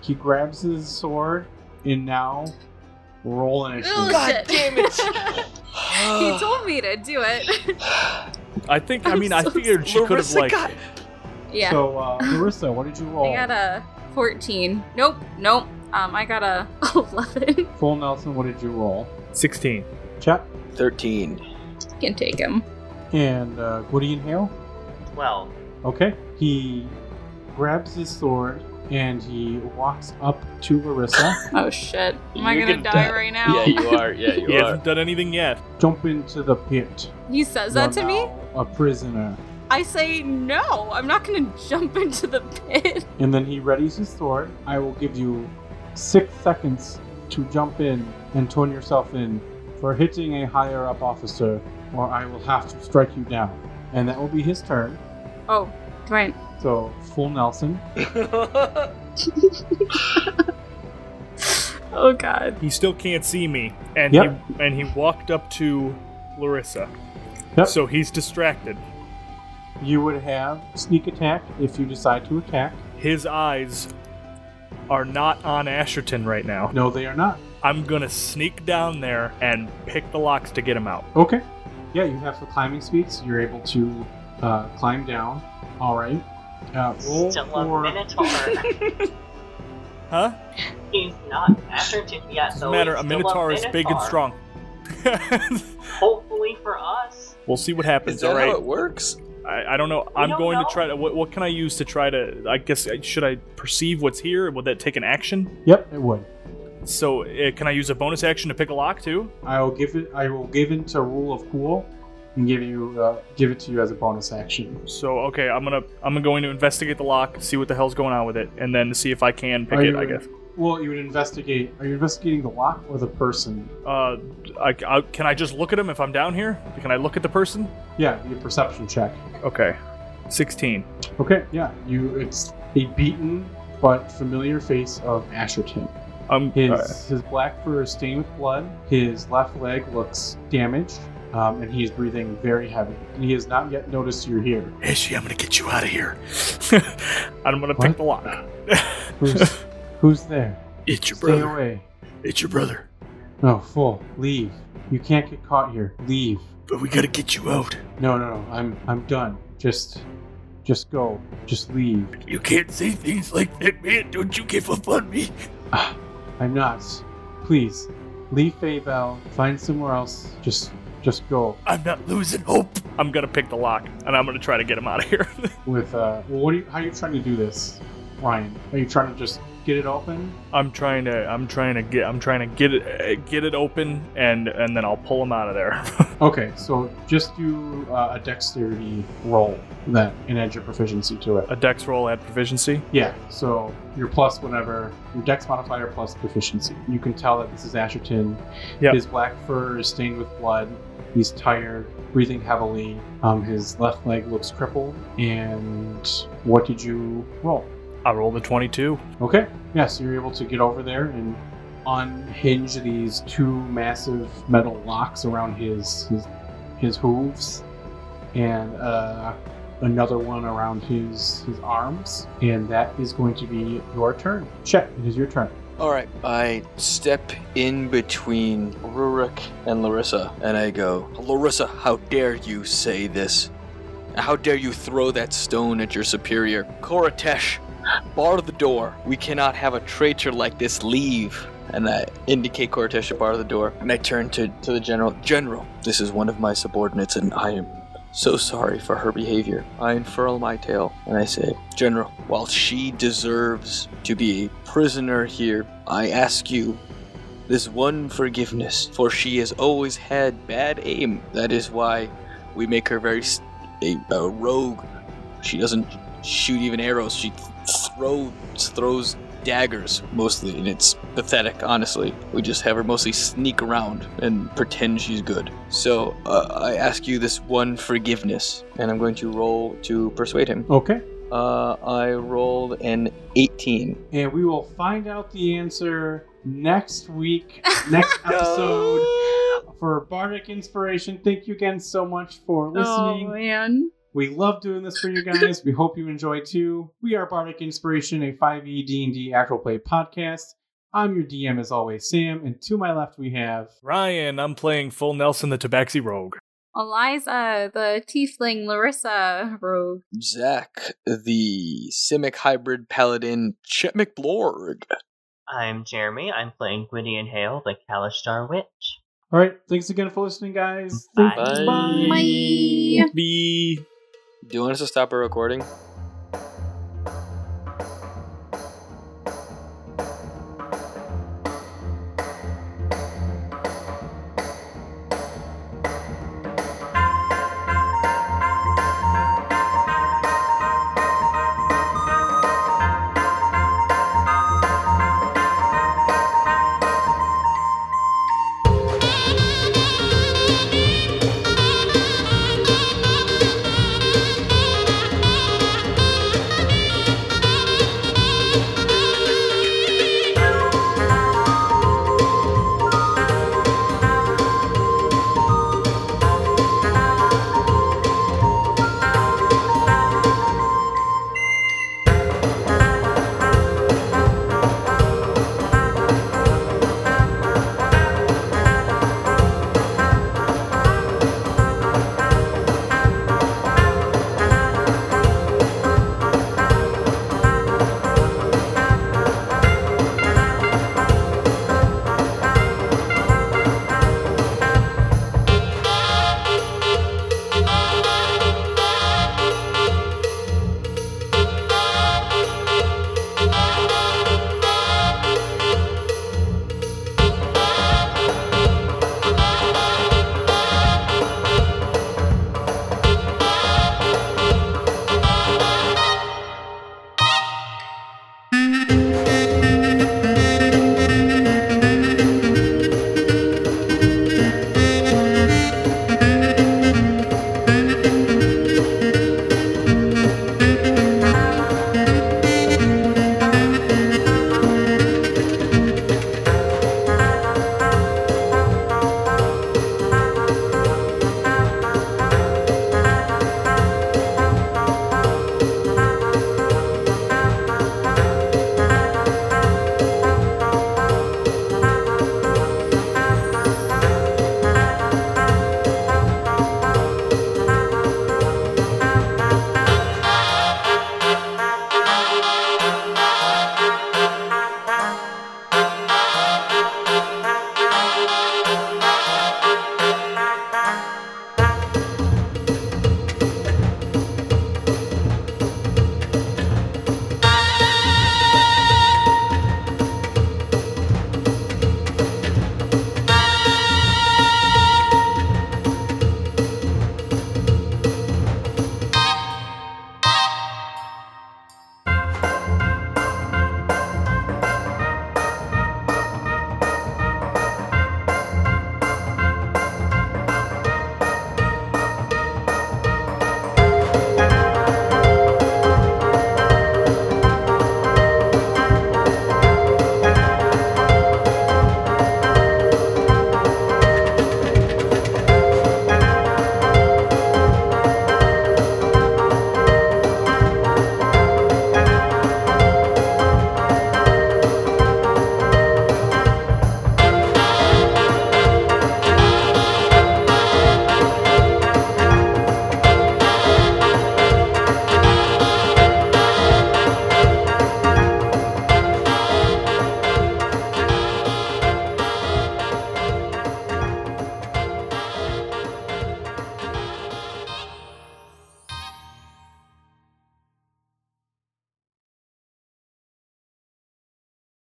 he grabs his sword, and now roll
Oh,
initiative.
God
shit.
damn it.
he told me to do it.
I think, I
I'm
mean, I
so
figured she could have,
Larissa
like,
got-
yeah,
So uh Larissa, what did you roll?
I got a fourteen. Nope, nope. Um, I got a eleven.
Full Nelson, what did you roll?
16.
Check.
13.
Can take him.
And uh Woody and Hale?
Well,
Okay. He grabs his sword and he walks up to Larissa.
Oh shit! Am I
You're
gonna,
gonna
die
die.
right now?
Yeah, you are. Yeah, you
He
are.
hasn't done anything yet.
Jump into the pit.
He says that
You're
to me.
now A prisoner.
I say no. I'm not gonna jump into the pit.
and then he readies his sword. I will give you six seconds to jump in and turn yourself in for hitting a higher up officer, or I will have to strike you down. And that will be his turn.
Oh Right.
So full Nelson.
Oh god.
He still can't see me, and
Yep.
he and he walked up to Larissa.
Yep.
So he's distracted.
You would have sneak attack if you decide to attack.
His eyes are not on Asherton right now.
No, they are not.
I'm gonna sneak down there and pick the locks to get him out.
Okay. Yeah, you have the climbing speed, so you're able to uh, climb down. All right. Uh, roll
Still a
for
minotaur.
Huh?
He's not Atherton yet,
Doesn't
though.
matter.
he's
A
still
minotaur is big and
minotaur.
strong.
Hopefully for us.
we'll see what happens.
Is that
all right.
how it works?
I, I don't know.
We
I'm
don't
going
know.
to try to. What, what can I use to try to? I guess I- should I perceive what's here? Would that take an action?
Yep, it would.
So uh, can I use a bonus action to pick a lock too?
I will give it. I will give into rule of cool, and give you uh, give it to you as a bonus action.
So okay, I'm gonna I'm going to investigate the lock, see what the hell's going on with it, and then see if I can pick
Are
it.
you-
I guess.
Well, you would investigate. Are you investigating the lock or the person?
Uh, I, I, can I just look at him if I'm down here? Can I look at the person?
Yeah, your perception check.
Okay, sixteen.
Okay. Yeah, you. It's a beaten but familiar face of Asherton.
I'm
His
uh,
his black fur is stained with blood. His left leg looks damaged, um, and he is breathing very heavy. And he has not yet noticed you're here.
Ashy, I'm gonna get you out of here.
I'm gonna
What?
pick the lock.
Who's who's there?
It's your
Stay
brother.
away.
It's your brother.
No, fool. Leave. You can't get caught here. Leave.
But we gotta get you out.
No, no, no. I'm I'm done. Just just go. Just leave.
You can't say things like that, man. Don't you give up on me.
Ah, I'm not. Please. Leave Fayval. Find somewhere else. Just just go.
I'm not losing hope.
I'm gonna pick the lock, and I'm gonna try to get him out of here.
With uh well, what are you how are you trying to do this, Ryan? Are you trying to just get it open?
I'm trying to I'm trying to get I'm trying to get it uh, get it open, and and then I'll pull him out of there.
Okay, so just do uh, a dexterity roll then and add your proficiency to it. Uh,
a dex roll at proficiency.
Yeah, so your plus whatever, your dex modifier plus proficiency. You can tell that this is Asherton.
Yep.
His black fur is stained with blood. He's tired, breathing heavily. Um, his left leg looks crippled. And what did you roll?
I rolled a 22.
Okay, yeah, so you're able to get over there and unhinge these two massive metal locks around his his, his hooves and uh, another one around his his arms and that is going to be your turn check it is your turn
All right, I step in between Rurik and Larissa, and I go, Larissa, how dare you say this? How dare you throw that stone at your superior? Koratesh, bar the door. We cannot have a traitor like this leave. And I indicate Koratesh to bar the door, and I turn to, to the general. General, this is one of my subordinates, and I am so sorry for her behavior. I unfurl my tail and I say, General, while she deserves to be a prisoner here, I ask you this one forgiveness, for she has always had bad aim. That is why we make her very s- a, a rogue. She doesn't shoot even arrows. She throws throws daggers mostly, and it's pathetic. Honestly, we just have her mostly sneak around and pretend she's good. So uh, I ask you this one forgiveness, and I'm going to roll to persuade him.
okay
Uh, I rolled an 18.
and we will find out the answer next week next episode for bardic inspiration thank you again so much for listening
Oh man.
We love doing this for you guys. We hope you enjoy too. We are Bardic Inspiration, a E 5e D&D actual play podcast. I'm your DM as always, Sam, and to my left we have
Ryan, I'm playing full Nelson the Tabaxi Rogue.
Eliza, the tiefling Larissa rogue.
Zach, the Simic hybrid paladin Chet McBlorg.
I'm Jeremy. I'm playing Gwydion Hale, the Kalishtar Witch.
All right, thanks again for listening, guys.
Bye.
Bye.
Bye.
Do you want us to stop our recording?